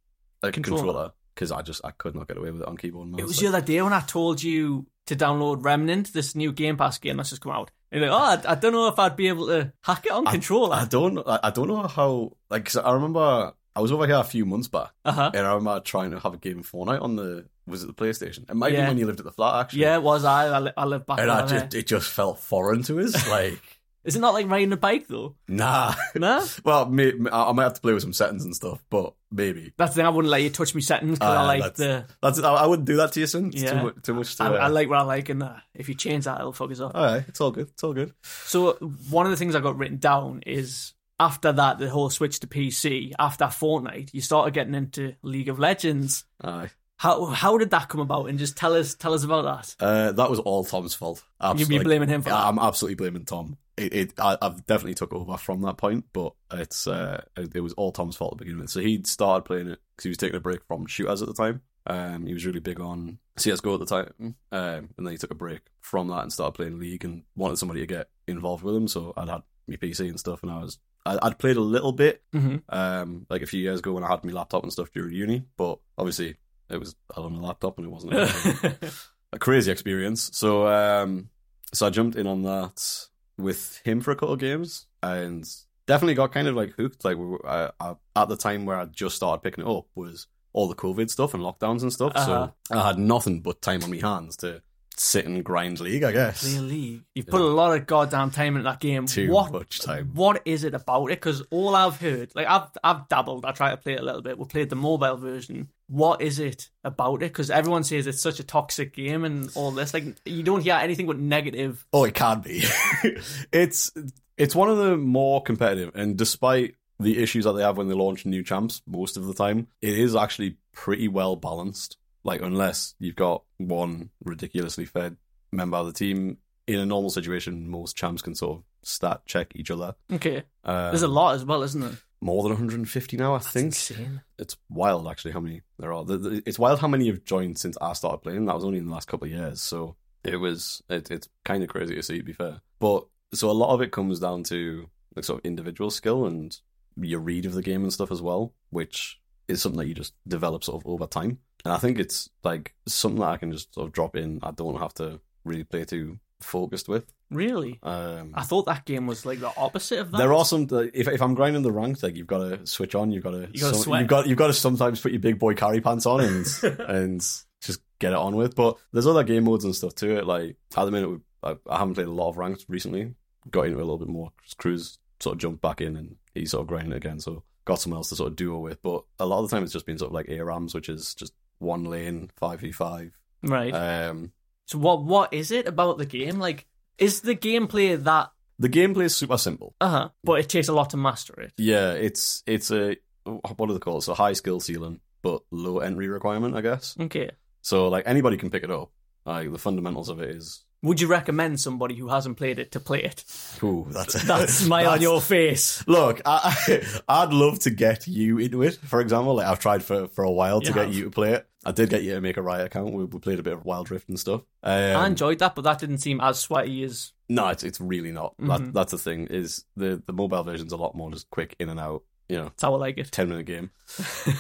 [SPEAKER 2] a
[SPEAKER 1] Controller.
[SPEAKER 2] controller because I just I could not get away with it on keyboard. And mouse.
[SPEAKER 1] it was the
[SPEAKER 2] Like,
[SPEAKER 1] other day when I told you to download Remnant, this new Game Pass game that's just come out. And you're like, oh, I, I don't know if I'd be able to hack it on
[SPEAKER 2] I
[SPEAKER 1] controller.
[SPEAKER 2] don't, I, I don't know how. Like, 'cause I remember I was over here a few months back,
[SPEAKER 1] Uh huh.
[SPEAKER 2] and I remember trying to have a game of Fortnite on the was it the PlayStation? It might
[SPEAKER 1] Yeah.
[SPEAKER 2] be when you lived at the flat actually.
[SPEAKER 1] Yeah, it was I. I, li- I live back
[SPEAKER 2] and I
[SPEAKER 1] over there.
[SPEAKER 2] just it just felt foreign to us. Like,
[SPEAKER 1] Is it not like riding a bike though?
[SPEAKER 2] nah.
[SPEAKER 1] No?
[SPEAKER 2] Well, may, I I might have to play with some settings and stuff, but maybe.
[SPEAKER 1] That's the thing, I wouldn't let you touch me settings because I
[SPEAKER 2] Ah,
[SPEAKER 1] like the.
[SPEAKER 2] That's I, I wouldn't do that to you, son. It's
[SPEAKER 1] Yeah.
[SPEAKER 2] too, mu- too much to.
[SPEAKER 1] I,
[SPEAKER 2] uh,
[SPEAKER 1] I like what I like, and uh, if you change that, it'll fuck us up.
[SPEAKER 2] All right, it's all good. It's all good.
[SPEAKER 1] So one of the things I got written down is after that, the whole switch to PC after Fortnite, you started getting into League of Legends.
[SPEAKER 2] All right.
[SPEAKER 1] How how did that come about? And just tell us tell us about that.
[SPEAKER 2] Uh, that was all Tom's fault.
[SPEAKER 1] You'd be
[SPEAKER 2] Absolutely.
[SPEAKER 1] blaming him for that.
[SPEAKER 2] I'm absolutely blaming Tom. It, it I, I've definitely took over from that point, but it's uh, it was all Tom's fault at the beginning. So he started playing it because he was taking a break from shooters at the time, Um, he was really big on CS:GO at the time, um, and then he took a break from that and started playing League and wanted somebody to get involved with him. So I'd had my PC and stuff, and I was I, I'd played a little bit,
[SPEAKER 1] Mm-hmm.
[SPEAKER 2] um, like a few years ago when I had my laptop and stuff during uni, but obviously it was I had on my laptop and it wasn't. Mm-hmm. a crazy experience. So um so I jumped in on that with him for a couple of games and definitely got kind of like hooked. Like we were, I, I, at the time where I just started picking it up was all the COVID stuff and lockdowns and stuff.
[SPEAKER 1] Uh-huh.
[SPEAKER 2] So I had nothing but time on my hands to sit and grind league, I
[SPEAKER 1] Play
[SPEAKER 2] guess.
[SPEAKER 1] League. You've put a lot of goddamn time into that game.
[SPEAKER 2] Too
[SPEAKER 1] what,
[SPEAKER 2] much time.
[SPEAKER 1] What is it about it? Because all I've heard, like I've I've dabbled. I tried to play it a little bit. We played the mobile version. What is it about it? Because everyone says it's such a toxic game and all this. Like you don't hear anything but negative.
[SPEAKER 2] Oh, it can be. it's it's one of the more competitive, and despite the issues that they have when they launch new champs, most of the time it is actually pretty well balanced. Like unless you've got one ridiculously fed member of the team, in a normal situation, most champs can sort of stat check each other.
[SPEAKER 1] Okay,
[SPEAKER 2] Uh,
[SPEAKER 1] there's a lot as well, isn't there?
[SPEAKER 2] more than 150 now, I think.
[SPEAKER 1] insane.
[SPEAKER 2] It's wild, actually, how many there are. The- the- It's wild how many have joined since I started playing. That was only in the last couple of years, so it was it, it's kind of crazy to see, to be fair. But so a lot of it comes down to like sort of individual skill and your read of the game and stuff as well, which is something that you just develop sort of over time. And I think it's like something that I can just sort of drop in. I don't have to really play too focused with.
[SPEAKER 1] Really,
[SPEAKER 2] Um,
[SPEAKER 1] I thought that game was like the opposite of that.
[SPEAKER 2] there are some. If if I'm grinding the ranked, like you've got to switch on. You've got to.
[SPEAKER 1] You gotta sweat.
[SPEAKER 2] You've got. You've got to sometimes put your big boy carry pants on and and just get it on with. But there's other game modes and stuff to it. Like at the minute, we, I, I haven't played a lot of ranked recently. Got into it a little bit more. Cruz sort of jumped back in and he sort of grinding it again. So got someone else to sort of duo with. But a lot of the time, it's just been sort of like ARAMs, which is just one lane five v five.
[SPEAKER 1] right.
[SPEAKER 2] Um,
[SPEAKER 1] so what what is it about the game? Like, is the gameplay that?
[SPEAKER 2] the gameplay is super simple.
[SPEAKER 1] Uh huh. But it takes a lot to master it.
[SPEAKER 2] Yeah, it's it's a what do they call it? It's a high skill ceiling, but low entry requirement, I guess.
[SPEAKER 1] Okay.
[SPEAKER 2] So like anybody can pick it up. Like the fundamentals of it is.
[SPEAKER 1] Would you recommend somebody who hasn't played it to play it?
[SPEAKER 2] Ooh, that's
[SPEAKER 1] That smile on your face.
[SPEAKER 2] Look, I, I, would love to get you into it. For example, like I've tried for, for a while to
[SPEAKER 1] You
[SPEAKER 2] get
[SPEAKER 1] have.
[SPEAKER 2] you to play it. I did get you to make a Riot account. We, we played a bit of Wild Rift and stuff. Um,
[SPEAKER 1] I enjoyed that, but that didn't seem as sweaty as.
[SPEAKER 2] No, it's it's really not.
[SPEAKER 1] Mhm.
[SPEAKER 2] That, that's the thing is the the mobile version's a lot more just quick in and out. You know,
[SPEAKER 1] That's how I like it.
[SPEAKER 2] ten minute game.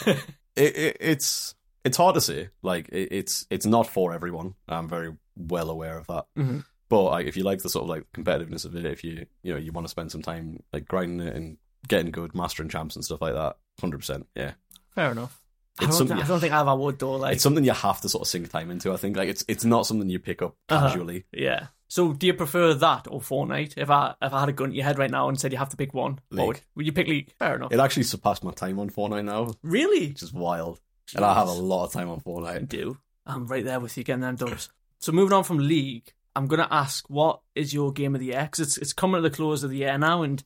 [SPEAKER 2] it, it, it's it's hard to say. Like it, it's it's not for everyone. I'm very well aware of that.
[SPEAKER 1] Mhm.
[SPEAKER 2] But like, if you like the sort of like competitiveness of it, if you you know you want to spend some time like grinding it and getting good, mastering champs and stuff like that, hundred percent, yeah.
[SPEAKER 1] Fair enough. I
[SPEAKER 2] It's
[SPEAKER 1] don't,
[SPEAKER 2] something-
[SPEAKER 1] I don't think I ever would though. Like,
[SPEAKER 2] It's something you have to sort of sink time into. I think like it's it's not something you pick up
[SPEAKER 1] Uh-huh.
[SPEAKER 2] casually.
[SPEAKER 1] yeah. So, do you prefer that or Fortnite? If I if I had a gun to your head right now and said you have to pick one, what
[SPEAKER 2] League.
[SPEAKER 1] would, would you pick League? Fair enough.
[SPEAKER 2] It actually surpassed my time on Fortnite now,
[SPEAKER 1] really?
[SPEAKER 2] which is wild. And I have a
[SPEAKER 1] Jeez.
[SPEAKER 2] lot of time on
[SPEAKER 1] I
[SPEAKER 2] Fortnite.
[SPEAKER 1] do. I'm right there with you getting them dubs. So moving on from league, I'm gonna ask what is your game of the year? 'Cause it's it's coming to the close of the year now, and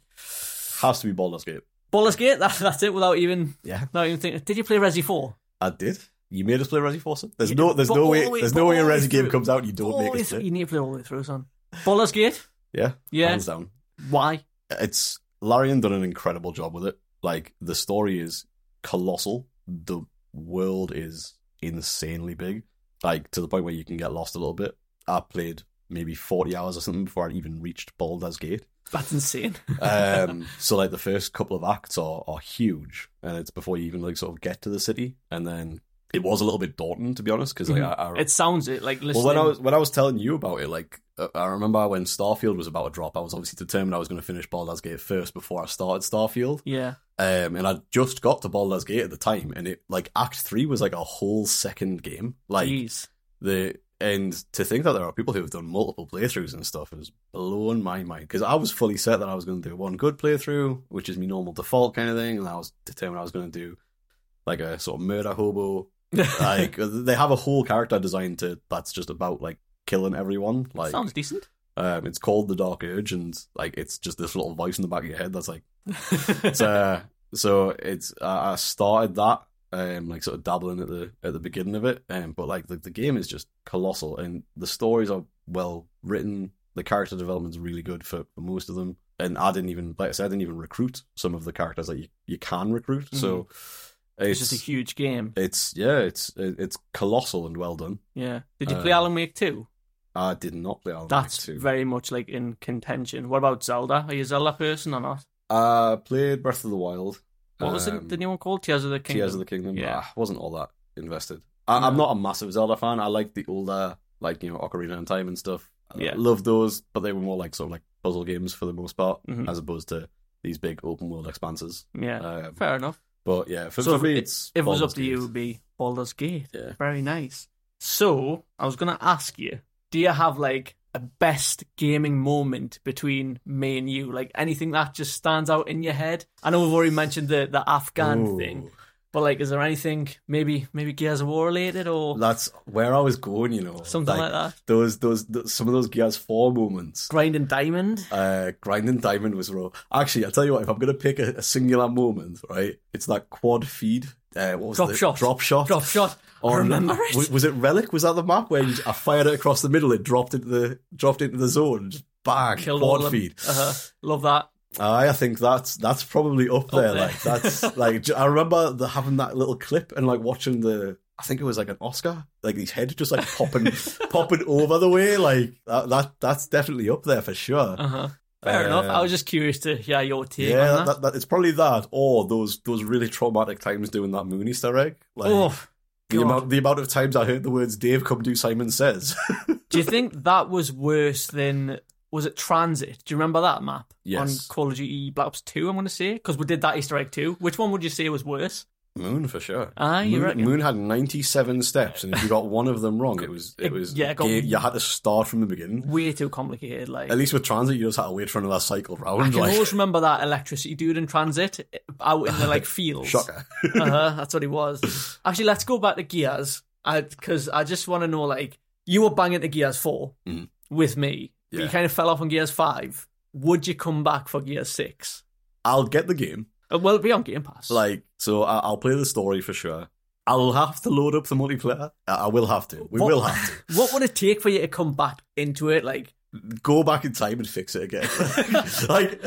[SPEAKER 2] Has to be Baldur's Gate.
[SPEAKER 1] Baldur's Gate. That's that's it. Without even
[SPEAKER 2] Yeah,
[SPEAKER 1] without even thinking. Did you play Resi Four?
[SPEAKER 2] I did. You made us play Resi Force. There's
[SPEAKER 1] You
[SPEAKER 2] no,
[SPEAKER 1] did.
[SPEAKER 2] there's
[SPEAKER 1] But
[SPEAKER 2] no
[SPEAKER 1] all
[SPEAKER 2] way,
[SPEAKER 1] the way-
[SPEAKER 2] there's
[SPEAKER 1] but
[SPEAKER 2] no way a
[SPEAKER 1] all the way
[SPEAKER 2] Resi game
[SPEAKER 1] through-
[SPEAKER 2] comes out and you don't
[SPEAKER 1] All
[SPEAKER 2] make
[SPEAKER 1] the way
[SPEAKER 2] us
[SPEAKER 1] through-
[SPEAKER 2] play.
[SPEAKER 1] Oh, You need to play all the way through, son. Baldur's Gate.
[SPEAKER 2] Yeah,
[SPEAKER 1] Yeah.
[SPEAKER 2] hands down.
[SPEAKER 1] Why?
[SPEAKER 2] It's Larian done an incredible job with it. Like the story is colossal. The world is insanely big. Like to the point where you can get lost a little bit. I played maybe forty hours or something before I even reached Baldur's Gate.
[SPEAKER 1] That's insane.
[SPEAKER 2] um, so like the first couple of acts are, are huge, and it's before you even like sort of get to the city. And then it was a little bit daunting to be honest, because like I, I,
[SPEAKER 1] Mm-hmm. It sounds it like listening.
[SPEAKER 2] well, when I was when I was telling you about it, like uh, I remember when Starfield was about to drop, I was obviously determined I was going to finish Baldur's Gate first before I started Starfield,
[SPEAKER 1] yeah,
[SPEAKER 2] um, and I just got to Baldur's Gate at the time, and it like Act Three was like a whole second game, like
[SPEAKER 1] jeez,
[SPEAKER 2] the and to think that there are people who have done multiple playthroughs and stuff is blowing my mind because I was fully set that I was going to do one good playthrough, which is my normal default kind of thing, and I was determined I was going to do like a sort of murder hobo like they have a whole character design to that's just about like killing everyone like
[SPEAKER 1] sounds decent.
[SPEAKER 2] um it's called the dark urge and like it's just this little voice in the back of your head that's like it's, uh, so it's I i started that um like sort of dabbling at the at the beginning of it um but like the, the game is just colossal and the stories are well written the character development's really good for, for most of them and i didn't even like i said i didn't even recruit some of the characters that you, you can recruit so
[SPEAKER 1] Mm-hmm. It's just a huge game.
[SPEAKER 2] It's yeah, it's it's colossal and well done.
[SPEAKER 1] Yeah. Did you play
[SPEAKER 2] Uh,
[SPEAKER 1] Alan Wake 2?
[SPEAKER 2] I did not play Alan
[SPEAKER 1] That's
[SPEAKER 2] Wake two.
[SPEAKER 1] very much like in contention. What about Zelda? Are you a Zelda person or not?
[SPEAKER 2] I played Breath of the Wild.
[SPEAKER 1] What was the,
[SPEAKER 2] Um,
[SPEAKER 1] the new one called? Tears of the Kingdom.
[SPEAKER 2] Tears of the Kingdom.
[SPEAKER 1] Yeah.
[SPEAKER 2] Yeah, I wasn't all that invested. I, I'm
[SPEAKER 1] No.
[SPEAKER 2] not a massive Zelda fan. I like the older, like you know, Ocarina of Time and stuff. I
[SPEAKER 1] Yeah.
[SPEAKER 2] love those, but they were more like sort of like puzzle games for the most part,
[SPEAKER 1] Mhm.
[SPEAKER 2] as opposed to these big open world expanses.
[SPEAKER 1] Yeah.
[SPEAKER 2] Um,
[SPEAKER 1] Fair enough.
[SPEAKER 2] but yeah, for,
[SPEAKER 1] So
[SPEAKER 2] for me, it's
[SPEAKER 1] If it was
[SPEAKER 2] Baldur's
[SPEAKER 1] up to you, it
[SPEAKER 2] Gate.
[SPEAKER 1] would be Baldur's Gate.
[SPEAKER 2] Yeah.
[SPEAKER 1] Very nice. So, I was going to ask you, do you have like a best gaming moment between me and you? Like anything that just stands out in your head? I know we've already mentioned the, the Afghan
[SPEAKER 2] Ooh.
[SPEAKER 1] thing, but like, is there anything maybe maybe Gears of War related or
[SPEAKER 2] That's where I was going, you know.
[SPEAKER 1] something like, that?
[SPEAKER 2] Those, those, th some of those Gears Four moments.
[SPEAKER 1] Grinding Diamond?
[SPEAKER 2] Uh, grinding diamond was raw. Actually, I'll tell you what. If I'm gonna pick a, a singular moment, right, it's that quad feed. Uh, what was
[SPEAKER 1] Drop
[SPEAKER 2] the,
[SPEAKER 1] shot.
[SPEAKER 2] Drop shot.
[SPEAKER 1] Drop shot. I
[SPEAKER 2] on-
[SPEAKER 1] remember it.
[SPEAKER 2] w- Was it relic? Was that the map where you, I fired it across the middle? It dropped into the dropped into the zone. Just bang.
[SPEAKER 1] Killed all
[SPEAKER 2] quad
[SPEAKER 1] of them.
[SPEAKER 2] feed.
[SPEAKER 1] Uh-huh. Love that.
[SPEAKER 2] I, I think that's that's probably up there.
[SPEAKER 1] there.
[SPEAKER 2] Like that's like j- I remember the, having that little clip and like watching the. I think it was like an Oscar, like his head just like popping, popping over the way. Like that, that, that's definitely up there for sure.
[SPEAKER 1] Uh-huh. Fair
[SPEAKER 2] Uh,
[SPEAKER 1] enough. I was just curious to hear your take
[SPEAKER 2] yeah,
[SPEAKER 1] on
[SPEAKER 2] that, that, it's probably that or those those really traumatic times doing that Moon Easter egg. Like
[SPEAKER 1] oh,
[SPEAKER 2] the
[SPEAKER 1] God.
[SPEAKER 2] amount the amount of times I heard the words "Dave, come do Simon Says."
[SPEAKER 1] Do you think that was worse than was it Transit? Do you remember that map
[SPEAKER 2] Yes.
[SPEAKER 1] on Call of Duty Black Ops Two? I'm going to say because we did that Easter egg too. Which one would you say was worse?
[SPEAKER 2] Moon for sure.
[SPEAKER 1] Ah, you
[SPEAKER 2] Moon,
[SPEAKER 1] reckon?
[SPEAKER 2] Moon had ninety-seven steps, and if you got one of them wrong, it was it
[SPEAKER 1] It-
[SPEAKER 2] was
[SPEAKER 1] yeah, it got-
[SPEAKER 2] ga- you had to start from the beginning.
[SPEAKER 1] Way too complicated. Like
[SPEAKER 2] At least with transit, you just had to wait for another cycle
[SPEAKER 1] I
[SPEAKER 2] round.
[SPEAKER 1] can
[SPEAKER 2] Like
[SPEAKER 1] always remember that electricity dude in Transit eh, out in the like fields.
[SPEAKER 2] shocker.
[SPEAKER 1] uh-huh, that's what he was. Actually, let's go back to Gears because I, just want to know like you were banging to Gears 4
[SPEAKER 2] Mhm.
[SPEAKER 1] with me, but you
[SPEAKER 2] Yeah.
[SPEAKER 1] kind of fell off on Gears Five. Would you come back for Gears Six?
[SPEAKER 2] I'll get the game.
[SPEAKER 1] Uh, Well, it'd be on Game Pass.
[SPEAKER 2] Like so, I- I'll play the story for sure. I'll have to load up the multiplayer. I, I will have to. We
[SPEAKER 1] What-
[SPEAKER 2] will have to
[SPEAKER 1] What would it take for you to come back into it? Like,
[SPEAKER 2] go back in time and fix it again. like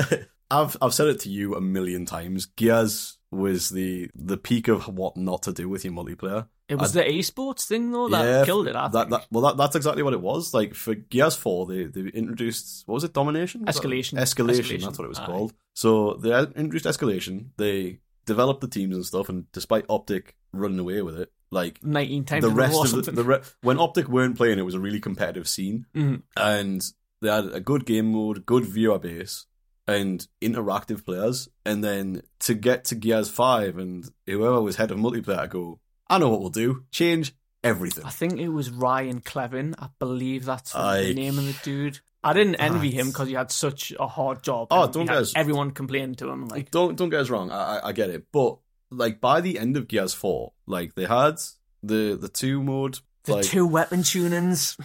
[SPEAKER 2] I've I've said it to you a million times. Gears was the the peak of what not to do with your multiplayer.
[SPEAKER 1] it was the esports thing though that
[SPEAKER 2] Yeah,
[SPEAKER 1] killed it. I
[SPEAKER 2] that,
[SPEAKER 1] think.
[SPEAKER 2] that well that, that's exactly what it was like for gears 4 they, they introduced what was it domination Was that-
[SPEAKER 1] Escalation.
[SPEAKER 2] escalation,
[SPEAKER 1] Escalation,
[SPEAKER 2] that's what it was
[SPEAKER 1] aye.
[SPEAKER 2] called so they introduced escalation they developed the teams and stuff and despite optic running away with it like
[SPEAKER 1] Nineteen times
[SPEAKER 2] the
[SPEAKER 1] in a row
[SPEAKER 2] rest
[SPEAKER 1] or
[SPEAKER 2] of the,
[SPEAKER 1] something.
[SPEAKER 2] the re- when optic weren't playing it was a really competitive scene
[SPEAKER 1] Mhm.
[SPEAKER 2] and they had a good game mode good viewer base and interactive players and then to get to gears 5 and whoever was head of multiplayer I go i know what we'll do change everything
[SPEAKER 1] I think it was Ryan Clevin. I believe that's the
[SPEAKER 2] Aye.
[SPEAKER 1] name of the dude. I didn't envy him
[SPEAKER 2] That's-
[SPEAKER 1] because he had such a hard job.
[SPEAKER 2] Oh,
[SPEAKER 1] and
[SPEAKER 2] don't
[SPEAKER 1] he had
[SPEAKER 2] get us-
[SPEAKER 1] Everyone complained to him. Like,
[SPEAKER 2] don't don't get us wrong. I, I I get it, but like by the end of Gears Four, like they had the the two mode.
[SPEAKER 1] the
[SPEAKER 2] like,
[SPEAKER 1] two weapon tunings.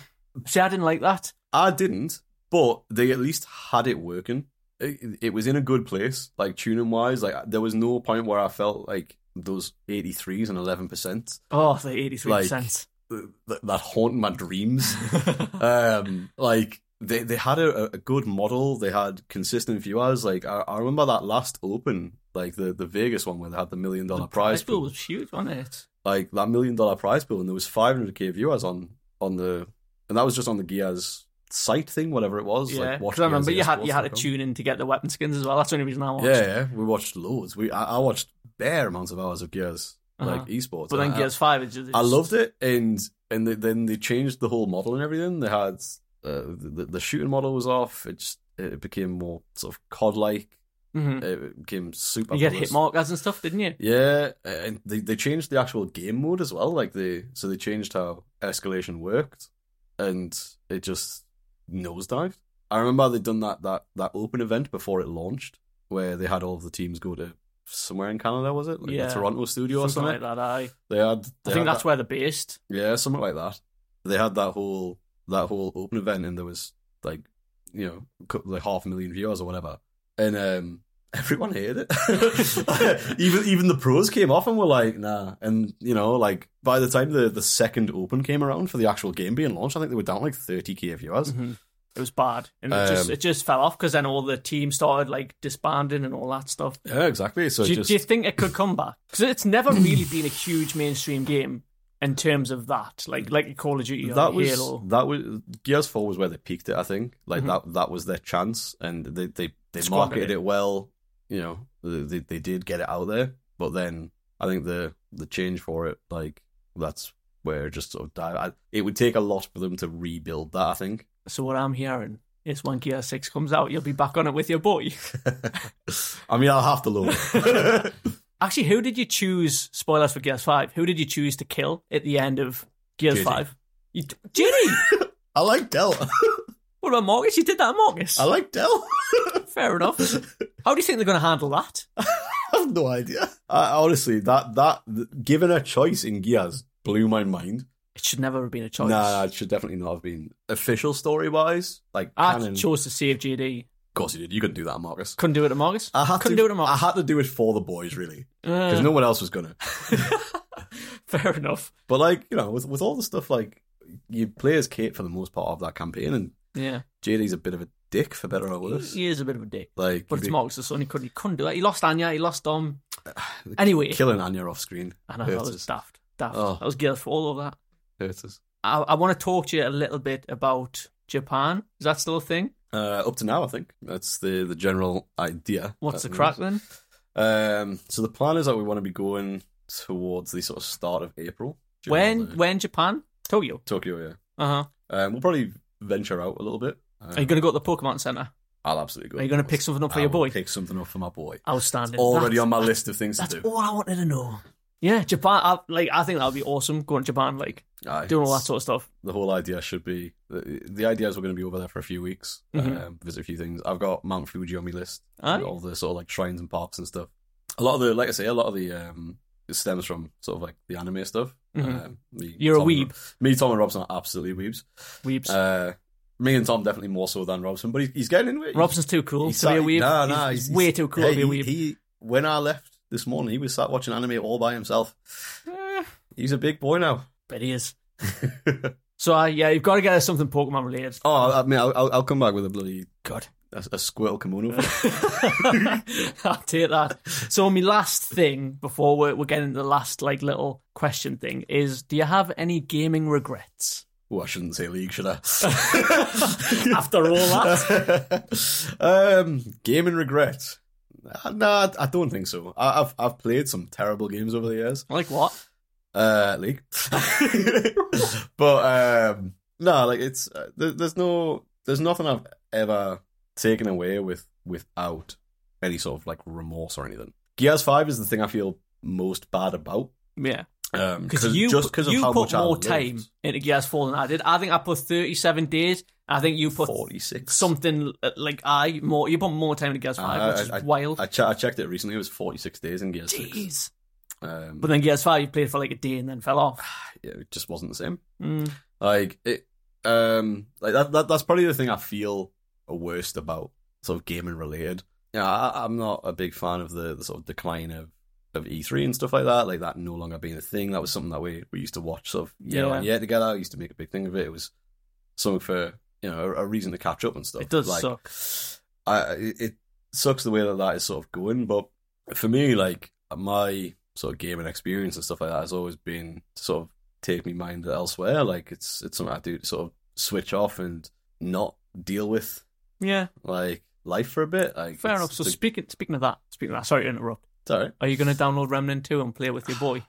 [SPEAKER 1] See, I didn't like that.
[SPEAKER 2] I didn't, but they at least had it working. It, it was in a good place, like tuning wise. Like there was no point where I felt like those eighty threes and eleven percent
[SPEAKER 1] Oh, the eighty-three
[SPEAKER 2] Like-
[SPEAKER 1] percent.
[SPEAKER 2] that that haunt my dreams. um, like they they had a, a good model. They had consistent viewers. Like I, I remember that last open, like the the Vegas one where they had the million dollar prize
[SPEAKER 1] That
[SPEAKER 2] pool.
[SPEAKER 1] was huge, wasn't it?
[SPEAKER 2] like that million dollar prize pool, and there was 500k viewers on on the, and that was just on the Gears site thing, whatever it was.
[SPEAKER 1] Yeah,
[SPEAKER 2] like, watch
[SPEAKER 1] because I remember
[SPEAKER 2] Gears
[SPEAKER 1] you
[SPEAKER 2] EA
[SPEAKER 1] had you had to
[SPEAKER 2] Sports.com.
[SPEAKER 1] tune in to get the weapon skins as well. That's the only reason I watched.
[SPEAKER 2] Yeah, yeah, we watched loads. We I, I watched bare amounts of hours of Gears,
[SPEAKER 1] Uh-huh.
[SPEAKER 2] like esports.
[SPEAKER 1] but
[SPEAKER 2] and
[SPEAKER 1] then
[SPEAKER 2] I,
[SPEAKER 1] Gears Five is just.
[SPEAKER 2] I loved it, and and they, then they changed the whole model and everything. They had uh, the the shooting model was off. It just it became more sort of cod like.
[SPEAKER 1] Mhm.
[SPEAKER 2] It became super.
[SPEAKER 1] You get
[SPEAKER 2] ballistic.
[SPEAKER 1] hit markers and stuff, didn't you?
[SPEAKER 2] Yeah, and they, they changed the actual game mode as well. Like they so they changed how escalation worked, and it just nosedived. I remember they done that that that open event before it launched, where they had all of the teams go to somewhere in Canada. Was it like
[SPEAKER 1] Yeah.
[SPEAKER 2] the Toronto studio
[SPEAKER 1] Something
[SPEAKER 2] or
[SPEAKER 1] like
[SPEAKER 2] something?
[SPEAKER 1] that. Aye.
[SPEAKER 2] They had. They
[SPEAKER 1] I think
[SPEAKER 2] had
[SPEAKER 1] that's
[SPEAKER 2] that,
[SPEAKER 1] where they're based.
[SPEAKER 2] yeah, something like that. They had that whole that whole open event, and there was like you know cou- like half a million viewers or whatever, and um, everyone hated it. even even the pros came off and were like, nah. And you know, like by the time the the second open came around for the actual game being launched, I think they were down like thirty k viewers.
[SPEAKER 1] Mhm. It was bad, and it just
[SPEAKER 2] Mm-hmm. Um,
[SPEAKER 1] it just fell off because then all the teams started like disbanding and all that stuff.
[SPEAKER 2] Yeah, exactly. So
[SPEAKER 1] Do you,
[SPEAKER 2] just
[SPEAKER 1] do you think it could come back? Because it's never really been a huge mainstream game in terms of that, like like Call of Duty or
[SPEAKER 2] that was
[SPEAKER 1] Halo. Mm-hmm.
[SPEAKER 2] that was Gears Four was where they peaked it. I think like that that was their chance, and they they they
[SPEAKER 1] Squandered
[SPEAKER 2] marketed
[SPEAKER 1] it.
[SPEAKER 2] it well. You know, they they did get it out there, but then I think the the change for it, like that's where it just sort of died. I, it would take a lot for them to rebuild that. I think.
[SPEAKER 1] So what I'm hearing is when Gear Six comes out, you'll be back on it with your boy.
[SPEAKER 2] I mean, I'll have to look.
[SPEAKER 1] Actually, who did you choose? Spoilers for Gears Five. Who did you choose to kill at the end of Gears
[SPEAKER 2] Judy.
[SPEAKER 1] Five? You, Judy.
[SPEAKER 2] I like Dell.
[SPEAKER 1] what about Marcus? You did that, Marcus.
[SPEAKER 2] I like Dell.
[SPEAKER 1] Fair enough. How do you think they're going to handle that?
[SPEAKER 2] I have no idea. I, honestly, that that given a choice in Gears blew my mind.
[SPEAKER 1] It should never have been a choice.
[SPEAKER 2] No, it should definitely not have been official story wise. Like
[SPEAKER 1] I
[SPEAKER 2] canon.
[SPEAKER 1] chose to save GD.
[SPEAKER 2] of course you did. You couldn't do that, Marcus.
[SPEAKER 1] Couldn't do it to Marcus.
[SPEAKER 2] I had
[SPEAKER 1] Couldn't
[SPEAKER 2] to
[SPEAKER 1] do it to
[SPEAKER 2] I
[SPEAKER 1] Marcus.
[SPEAKER 2] had to do it for the boys, really,
[SPEAKER 1] Uh,
[SPEAKER 2] because Uh, no one else was gonna.
[SPEAKER 1] Fair enough.
[SPEAKER 2] But like you know, with with all the stuff like you play as Kate for the most part of that campaign, and
[SPEAKER 1] Yeah.
[SPEAKER 2] JD's a bit of a dick for better or worse.
[SPEAKER 1] He is a bit of a dick.
[SPEAKER 2] Like,
[SPEAKER 1] But
[SPEAKER 2] you'd
[SPEAKER 1] it's
[SPEAKER 2] be
[SPEAKER 1] Marcus's son. He couldn't, he couldn't do it. He lost Anya. He lost Dom. Anyway.
[SPEAKER 2] killing Anya off screen
[SPEAKER 1] I know, that
[SPEAKER 2] hurts
[SPEAKER 1] was
[SPEAKER 2] us.
[SPEAKER 1] daft. Daft.
[SPEAKER 2] Oh.
[SPEAKER 1] That was Gears for all of that.
[SPEAKER 2] hurts us.
[SPEAKER 1] I, I want to talk to you a little bit about Japan. Is that still a thing?
[SPEAKER 2] Uh, up to now, I think that's the the general idea.
[SPEAKER 1] What's the
[SPEAKER 2] That-
[SPEAKER 1] crack then?
[SPEAKER 2] Um, so the plan is that we want to be going towards the sort of start of April. during
[SPEAKER 1] When,
[SPEAKER 2] the-
[SPEAKER 1] when Japan? Tokyo.
[SPEAKER 2] Tokyo, yeah.
[SPEAKER 1] Uh huh.
[SPEAKER 2] Um, we'll probably venture out a little bit. Um,
[SPEAKER 1] Are you going to go to the Pokemon Center?
[SPEAKER 2] I'll absolutely go.
[SPEAKER 1] Are you going to pick something up for your
[SPEAKER 2] I will
[SPEAKER 1] boy?
[SPEAKER 2] Pick something up for my boy.
[SPEAKER 1] Outstanding.
[SPEAKER 2] Already
[SPEAKER 1] That's-
[SPEAKER 2] on my list of things to
[SPEAKER 1] That's
[SPEAKER 2] do.
[SPEAKER 1] all I wanted to know. Yeah, Japan. I, like, I think that would be awesome going to Japan, like
[SPEAKER 2] Aye.
[SPEAKER 1] doing all that sort of stuff.
[SPEAKER 2] The whole idea should be the, the idea is we're going to be over there for a few weeks,
[SPEAKER 1] Mhm.
[SPEAKER 2] um, visit a few things. I've got Mount Fuji on my list,
[SPEAKER 1] Aye.
[SPEAKER 2] all the sort of like shrines and parks and stuff. A lot of the, like I say, a lot of the um, it stems from sort of like the anime stuff.
[SPEAKER 1] Mhm.
[SPEAKER 2] Um, me,
[SPEAKER 1] You're
[SPEAKER 2] Tom
[SPEAKER 1] a
[SPEAKER 2] and-
[SPEAKER 1] weeb,
[SPEAKER 2] Me, Tom, and Robson are absolutely weebs.
[SPEAKER 1] weebs.
[SPEAKER 2] Uh, me and Tom definitely more so than Robson, but he's, he's getting into it. He's-
[SPEAKER 1] Robson's too cool
[SPEAKER 2] He's
[SPEAKER 1] to be a
[SPEAKER 2] sat-
[SPEAKER 1] weeb.
[SPEAKER 2] Nah,
[SPEAKER 1] He's-
[SPEAKER 2] nah,
[SPEAKER 1] he's,
[SPEAKER 2] he's-
[SPEAKER 1] way too cool to
[SPEAKER 2] hey,
[SPEAKER 1] be a weeb.
[SPEAKER 2] He, he- when I left this morning, he was sat watching anime all by himself.
[SPEAKER 1] Eh,
[SPEAKER 2] He's a big boy now.
[SPEAKER 1] but he is. So uh, yeah, you've got to get us something Pokemon related.
[SPEAKER 2] oh, I mean, I'll, I'll- I'll come back with a bloody
[SPEAKER 1] God,
[SPEAKER 2] a, a squirtle kimono. For
[SPEAKER 1] I'll take that. So my last thing before we're, we're getting the last like little question thing is: Do you have any gaming regrets?
[SPEAKER 2] oh, I shouldn't say league, should I?
[SPEAKER 1] After all that,
[SPEAKER 2] um, game and regret. Uh, Nah, I don't think so. I, I've I've played some terrible games over the years.
[SPEAKER 1] like what?
[SPEAKER 2] uh league but um no like it's uh, there, there's no there's nothing i've ever taken away with without any sort of like remorse or anything gears 5 is the thing i feel most bad about
[SPEAKER 1] Yeah,
[SPEAKER 2] um
[SPEAKER 1] because you
[SPEAKER 2] just because of
[SPEAKER 1] you
[SPEAKER 2] how
[SPEAKER 1] put
[SPEAKER 2] much
[SPEAKER 1] more
[SPEAKER 2] I
[SPEAKER 1] time into Gears Four than I did. I think I put thirty-seven days. I think you put
[SPEAKER 2] 46
[SPEAKER 1] something uh, like I more. You put more time into Gears Five,
[SPEAKER 2] Uh,
[SPEAKER 1] which is
[SPEAKER 2] I-
[SPEAKER 1] wild.
[SPEAKER 2] I, che- I checked it recently it was 46 days in gears 6
[SPEAKER 1] Jeez.
[SPEAKER 2] um
[SPEAKER 1] But
[SPEAKER 2] but
[SPEAKER 1] then Gears Five, you played for like a day and then fell off.
[SPEAKER 2] it just wasn't the same
[SPEAKER 1] Mm.
[SPEAKER 2] Like it, um, like that, that. That's probably the thing I feel worst about, sort of gaming related. Yeah, I, I'm not a big fan of the, the sort of decline of of E3 and stuff like that. Like that no longer being a thing. That was something that we we used to watch sort of year
[SPEAKER 1] Yeah.
[SPEAKER 2] on year together. I used to make a big thing of it. It was something for you know a, a reason to catch up and stuff.
[SPEAKER 1] It does
[SPEAKER 2] like,
[SPEAKER 1] suck.
[SPEAKER 2] I it it sucks the way that that is sort of going, but for me, like my sort of gaming experience and stuff like that has always been to sort of take me mind elsewhere. Like it's it's something I do to sort of switch off and not deal with
[SPEAKER 1] Yeah,
[SPEAKER 2] like life for a bit. Like
[SPEAKER 1] fair
[SPEAKER 2] it's-
[SPEAKER 1] enough. So
[SPEAKER 2] it's-
[SPEAKER 1] speaking speaking of that, speaking of that, sorry to interrupt.
[SPEAKER 2] it's all right.
[SPEAKER 1] Are you going to download Remnant Two and play with your boy?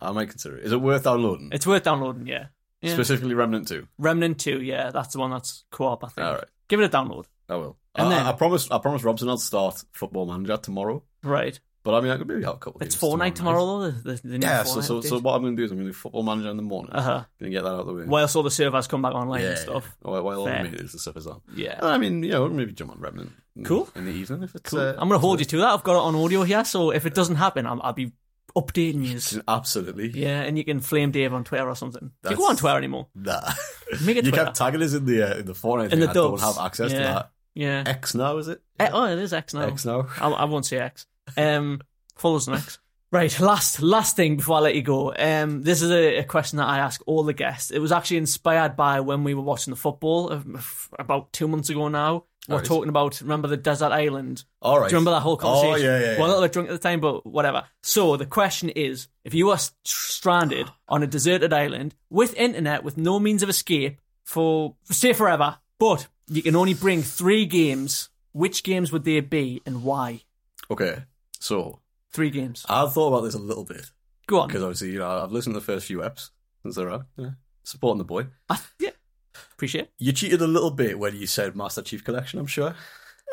[SPEAKER 2] I might consider it. Is it worth downloading?
[SPEAKER 1] It's worth downloading. Yeah, yeah.
[SPEAKER 2] Specifically, Remnant Two.
[SPEAKER 1] Remnant Two. Yeah, that's the one that's co-op. I think.
[SPEAKER 2] All right,
[SPEAKER 1] Give it a download.
[SPEAKER 2] I will.
[SPEAKER 1] And
[SPEAKER 2] I,
[SPEAKER 1] then-
[SPEAKER 2] I, I promise. I promise Robson I'll start Football Manager tomorrow.
[SPEAKER 1] Right.
[SPEAKER 2] But I mean, I could maybe have a couple.
[SPEAKER 1] It's
[SPEAKER 2] games
[SPEAKER 1] Fortnite
[SPEAKER 2] tomorrow. night.
[SPEAKER 1] tomorrow though. The, the, the new
[SPEAKER 2] Yeah. So
[SPEAKER 1] Fortnite
[SPEAKER 2] so, so what I'm going to do is I'm going to do Football Manager in the morning.
[SPEAKER 1] Uh huh.
[SPEAKER 2] Gonna get that out of the way.
[SPEAKER 1] Whilst all the servers come back online and stuff.
[SPEAKER 2] While, while all the
[SPEAKER 1] Fair.
[SPEAKER 2] maintenance and stuff is on.
[SPEAKER 1] Yeah.
[SPEAKER 2] I mean, you know, maybe jump on Remnant. in-
[SPEAKER 1] Cool.
[SPEAKER 2] In the evening if it's.
[SPEAKER 1] Cool.
[SPEAKER 2] Uh,
[SPEAKER 1] I'm going to hold you to that. I've got it on audio here, so if it doesn't happen, I'll, I'll be updating you.
[SPEAKER 2] Absolutely.
[SPEAKER 1] Yeah, and you can flame Dave on Twitter or something. Do you
[SPEAKER 2] That's-
[SPEAKER 1] go on Twitter anymore?
[SPEAKER 2] Nah.
[SPEAKER 1] Make it
[SPEAKER 2] you
[SPEAKER 1] Twitter.
[SPEAKER 2] kept tagging us in the uh, in the Fortnite.
[SPEAKER 1] In
[SPEAKER 2] thing.
[SPEAKER 1] the
[SPEAKER 2] I don't
[SPEAKER 1] dubs.
[SPEAKER 2] have access
[SPEAKER 1] Yeah.
[SPEAKER 2] to
[SPEAKER 1] Yeah.
[SPEAKER 2] that. X now is it?
[SPEAKER 1] Eh, oh, it is X now.
[SPEAKER 2] X now.
[SPEAKER 1] I, I won't say X. Um, follows an X. Right, last last thing before I let you go. Um, this is a, a question that I ask all the guests. It was actually inspired by when we were watching the football uh, f- about two months ago now. We're
[SPEAKER 2] Right.
[SPEAKER 1] talking about remember the desert island.
[SPEAKER 2] All right.
[SPEAKER 1] Do you remember that whole
[SPEAKER 2] Oh,
[SPEAKER 1] conversation?
[SPEAKER 2] yeah, yeah, yeah.
[SPEAKER 1] Well, a little bit drunk at the time, but whatever. So the question is: If you are st- stranded on a deserted island with internet, with no means of escape for say forever, but you can only bring three games, which games would they be and why?
[SPEAKER 2] okay, so
[SPEAKER 1] Three games.
[SPEAKER 2] I've thought about this a little bit
[SPEAKER 1] Go on.
[SPEAKER 2] because obviously you know I've listened to the first few eps since they're out, you know, supporting the boy.
[SPEAKER 1] I- yeah, appreciate. it.
[SPEAKER 2] You cheated a little bit when you said Master Chief Collection. I'm sure.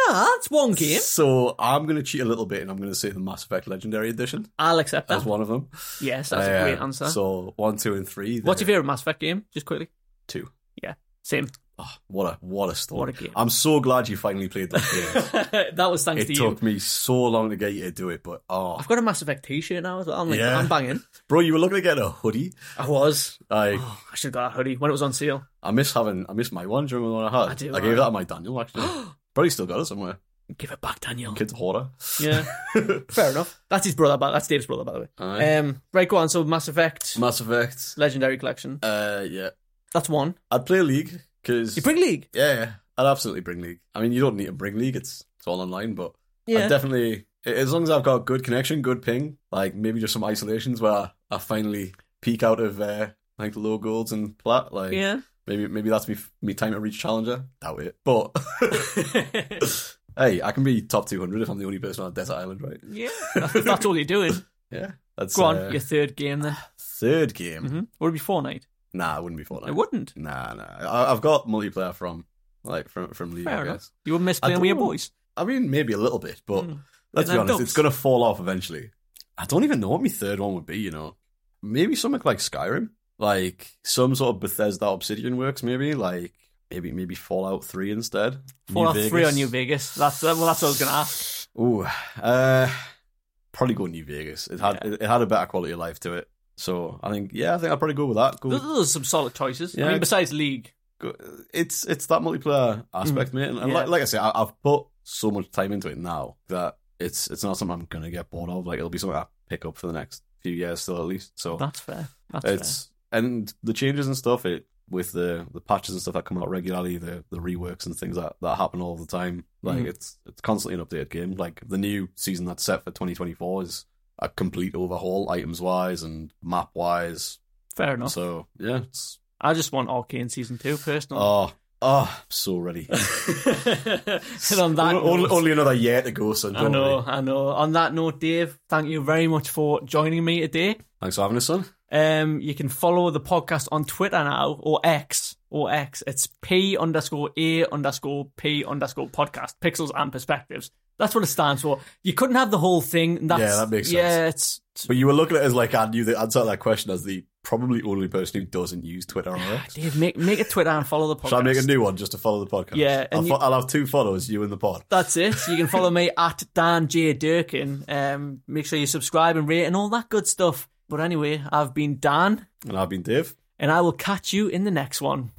[SPEAKER 1] Nah, that's one game.
[SPEAKER 2] So I'm going to cheat a little bit, and I'm going to say the Mass Effect Legendary Edition
[SPEAKER 1] I'll accept that.
[SPEAKER 2] as one of them.
[SPEAKER 1] Yes, Ah. that's
[SPEAKER 2] Uh,
[SPEAKER 1] a great answer.
[SPEAKER 2] So one, two, and three.
[SPEAKER 1] What's your
[SPEAKER 2] they're
[SPEAKER 1] favorite Mass Effect game? Just quickly.
[SPEAKER 2] two?
[SPEAKER 1] Same.
[SPEAKER 2] Oh, what a what a story!
[SPEAKER 1] What a game.
[SPEAKER 2] I'm so glad you finally played that game.
[SPEAKER 1] that was thanks
[SPEAKER 2] it
[SPEAKER 1] to you.
[SPEAKER 2] took me so long to get you to do it, but oh,
[SPEAKER 1] I've got a Mass Effect T-shirt now as well. I'm like,
[SPEAKER 2] Yeah.
[SPEAKER 1] I'm banging.
[SPEAKER 2] bro, you were looking to get a hoodie.
[SPEAKER 1] I was.
[SPEAKER 2] I
[SPEAKER 1] Oh, I should have got that hoodie when it was on sale.
[SPEAKER 2] I miss having I miss my one. Do you remember the one I had?
[SPEAKER 1] I do, uh,
[SPEAKER 2] I
[SPEAKER 1] right.
[SPEAKER 2] gave that to my Daniel actually. Probably still got it somewhere.
[SPEAKER 1] Give it back, Daniel.
[SPEAKER 2] Kids hoarder.
[SPEAKER 1] Yeah, fair enough. That's his brother. By, that's Dave's brother, by the way.
[SPEAKER 2] Aye.
[SPEAKER 1] Um, right, go on. So Mass Effect
[SPEAKER 2] Mass Effect.
[SPEAKER 1] Legendary Collection.
[SPEAKER 2] Uh, yeah,
[SPEAKER 1] That's one.
[SPEAKER 2] I'd play League because
[SPEAKER 1] You bring League.
[SPEAKER 2] yeah, yeah, I'd absolutely bring League. I mean, you don't need to bring League. It's it's all online, but I
[SPEAKER 1] Yeah.
[SPEAKER 2] definitely as long as I've got good connection, good ping, like maybe just some isolations where I, I finally peek out of uh, like low golds and plat. Like
[SPEAKER 1] yeah.
[SPEAKER 2] maybe maybe that's me me time to reach challenger. That way, but hey, I can be top two hundred if I'm the only person on a desert island, right?
[SPEAKER 1] yeah. That's, if that's all you're doing.
[SPEAKER 2] Yeah, that's
[SPEAKER 1] Go on.
[SPEAKER 2] uh, um,
[SPEAKER 1] Your third game then.
[SPEAKER 2] third game.
[SPEAKER 1] hmm Would it be Fortnite?
[SPEAKER 2] Nah, it wouldn't be Fortnite.
[SPEAKER 1] It wouldn't.
[SPEAKER 2] Nah, nah. I, I've got multiplayer from like from from League.
[SPEAKER 1] Fair
[SPEAKER 2] I
[SPEAKER 1] enough.
[SPEAKER 2] guess.
[SPEAKER 1] You wouldn't miss
[SPEAKER 2] I
[SPEAKER 1] playing with your
[SPEAKER 2] don't-
[SPEAKER 1] boys.
[SPEAKER 2] I mean, maybe a little bit, but
[SPEAKER 1] Mm.
[SPEAKER 2] let's be
[SPEAKER 1] Then
[SPEAKER 2] honest,
[SPEAKER 1] dubs.
[SPEAKER 2] it's gonna fall off eventually. I don't even know what my third one would be. You know, maybe something like Skyrim, like some sort of Bethesda Obsidian works. Maybe like maybe maybe Fallout Three instead. New
[SPEAKER 1] Fallout Three
[SPEAKER 2] Vegas.
[SPEAKER 1] on New Vegas. That's well, that's what I was gonna ask.
[SPEAKER 2] Ooh, uh, probably go New Vegas. It had
[SPEAKER 1] Yeah.
[SPEAKER 2] it, it had a better quality of life to it. So I think yeah, I think I'd probably go with that. Go,
[SPEAKER 1] Those, those are some solid choices. I
[SPEAKER 2] Yeah.
[SPEAKER 1] mean, besides League,
[SPEAKER 2] go- it's it's that multiplayer aspect, mate. And,
[SPEAKER 1] Mm.
[SPEAKER 2] and
[SPEAKER 1] Yeah.
[SPEAKER 2] like, like I say, I, I've put so much time into it now that it's it's not something I'm gonna get bored of. Like it'll be something I pick up for the next few years still at least. So
[SPEAKER 1] that's fair. That's fair.
[SPEAKER 2] it's and the changes and stuff it with the the patches and stuff that come out regularly, the the reworks and things that that happen all the time. Like
[SPEAKER 1] Mhm.
[SPEAKER 2] it's it's constantly an updated game. Like the new season that's set for 2024 is a complete overhaul, items wise and map wise.
[SPEAKER 1] fair enough.
[SPEAKER 2] So yeah, it's
[SPEAKER 1] I just want Arcane season two personally.
[SPEAKER 2] oh oh, I'm so ready.
[SPEAKER 1] and on that,
[SPEAKER 2] only,
[SPEAKER 1] note,
[SPEAKER 2] only another year to go, son.
[SPEAKER 1] I
[SPEAKER 2] don't
[SPEAKER 1] know,
[SPEAKER 2] worry.
[SPEAKER 1] I know. On that note, Dave, thank you very much for joining me today.
[SPEAKER 2] Thanks for having us, son.
[SPEAKER 1] Um, you can follow the podcast on Twitter now or X or X. It's P underscore A underscore P underscore podcast. Pixels and perspectives. That's what it stands for. You couldn't have the whole thing. and That's,
[SPEAKER 2] Yeah, that makes sense.
[SPEAKER 1] Yeah, it's
[SPEAKER 2] But you were looking at us like I knew the answer to that question as the probably only person who doesn't use Twitter or X.
[SPEAKER 1] Dave. Make make a Twitter and follow the podcast.
[SPEAKER 2] Shall I make a new one just to follow the podcast?
[SPEAKER 1] Yeah,
[SPEAKER 2] I'll,
[SPEAKER 1] and
[SPEAKER 2] fo- I'll have two followers, you and the pod.
[SPEAKER 1] That's it. You can follow me at Dan J Durkin. Um, make sure you subscribe and rate and all that good stuff. But anyway, I've been Dan,
[SPEAKER 2] And I've been Dave.
[SPEAKER 1] and I will catch you in the next one.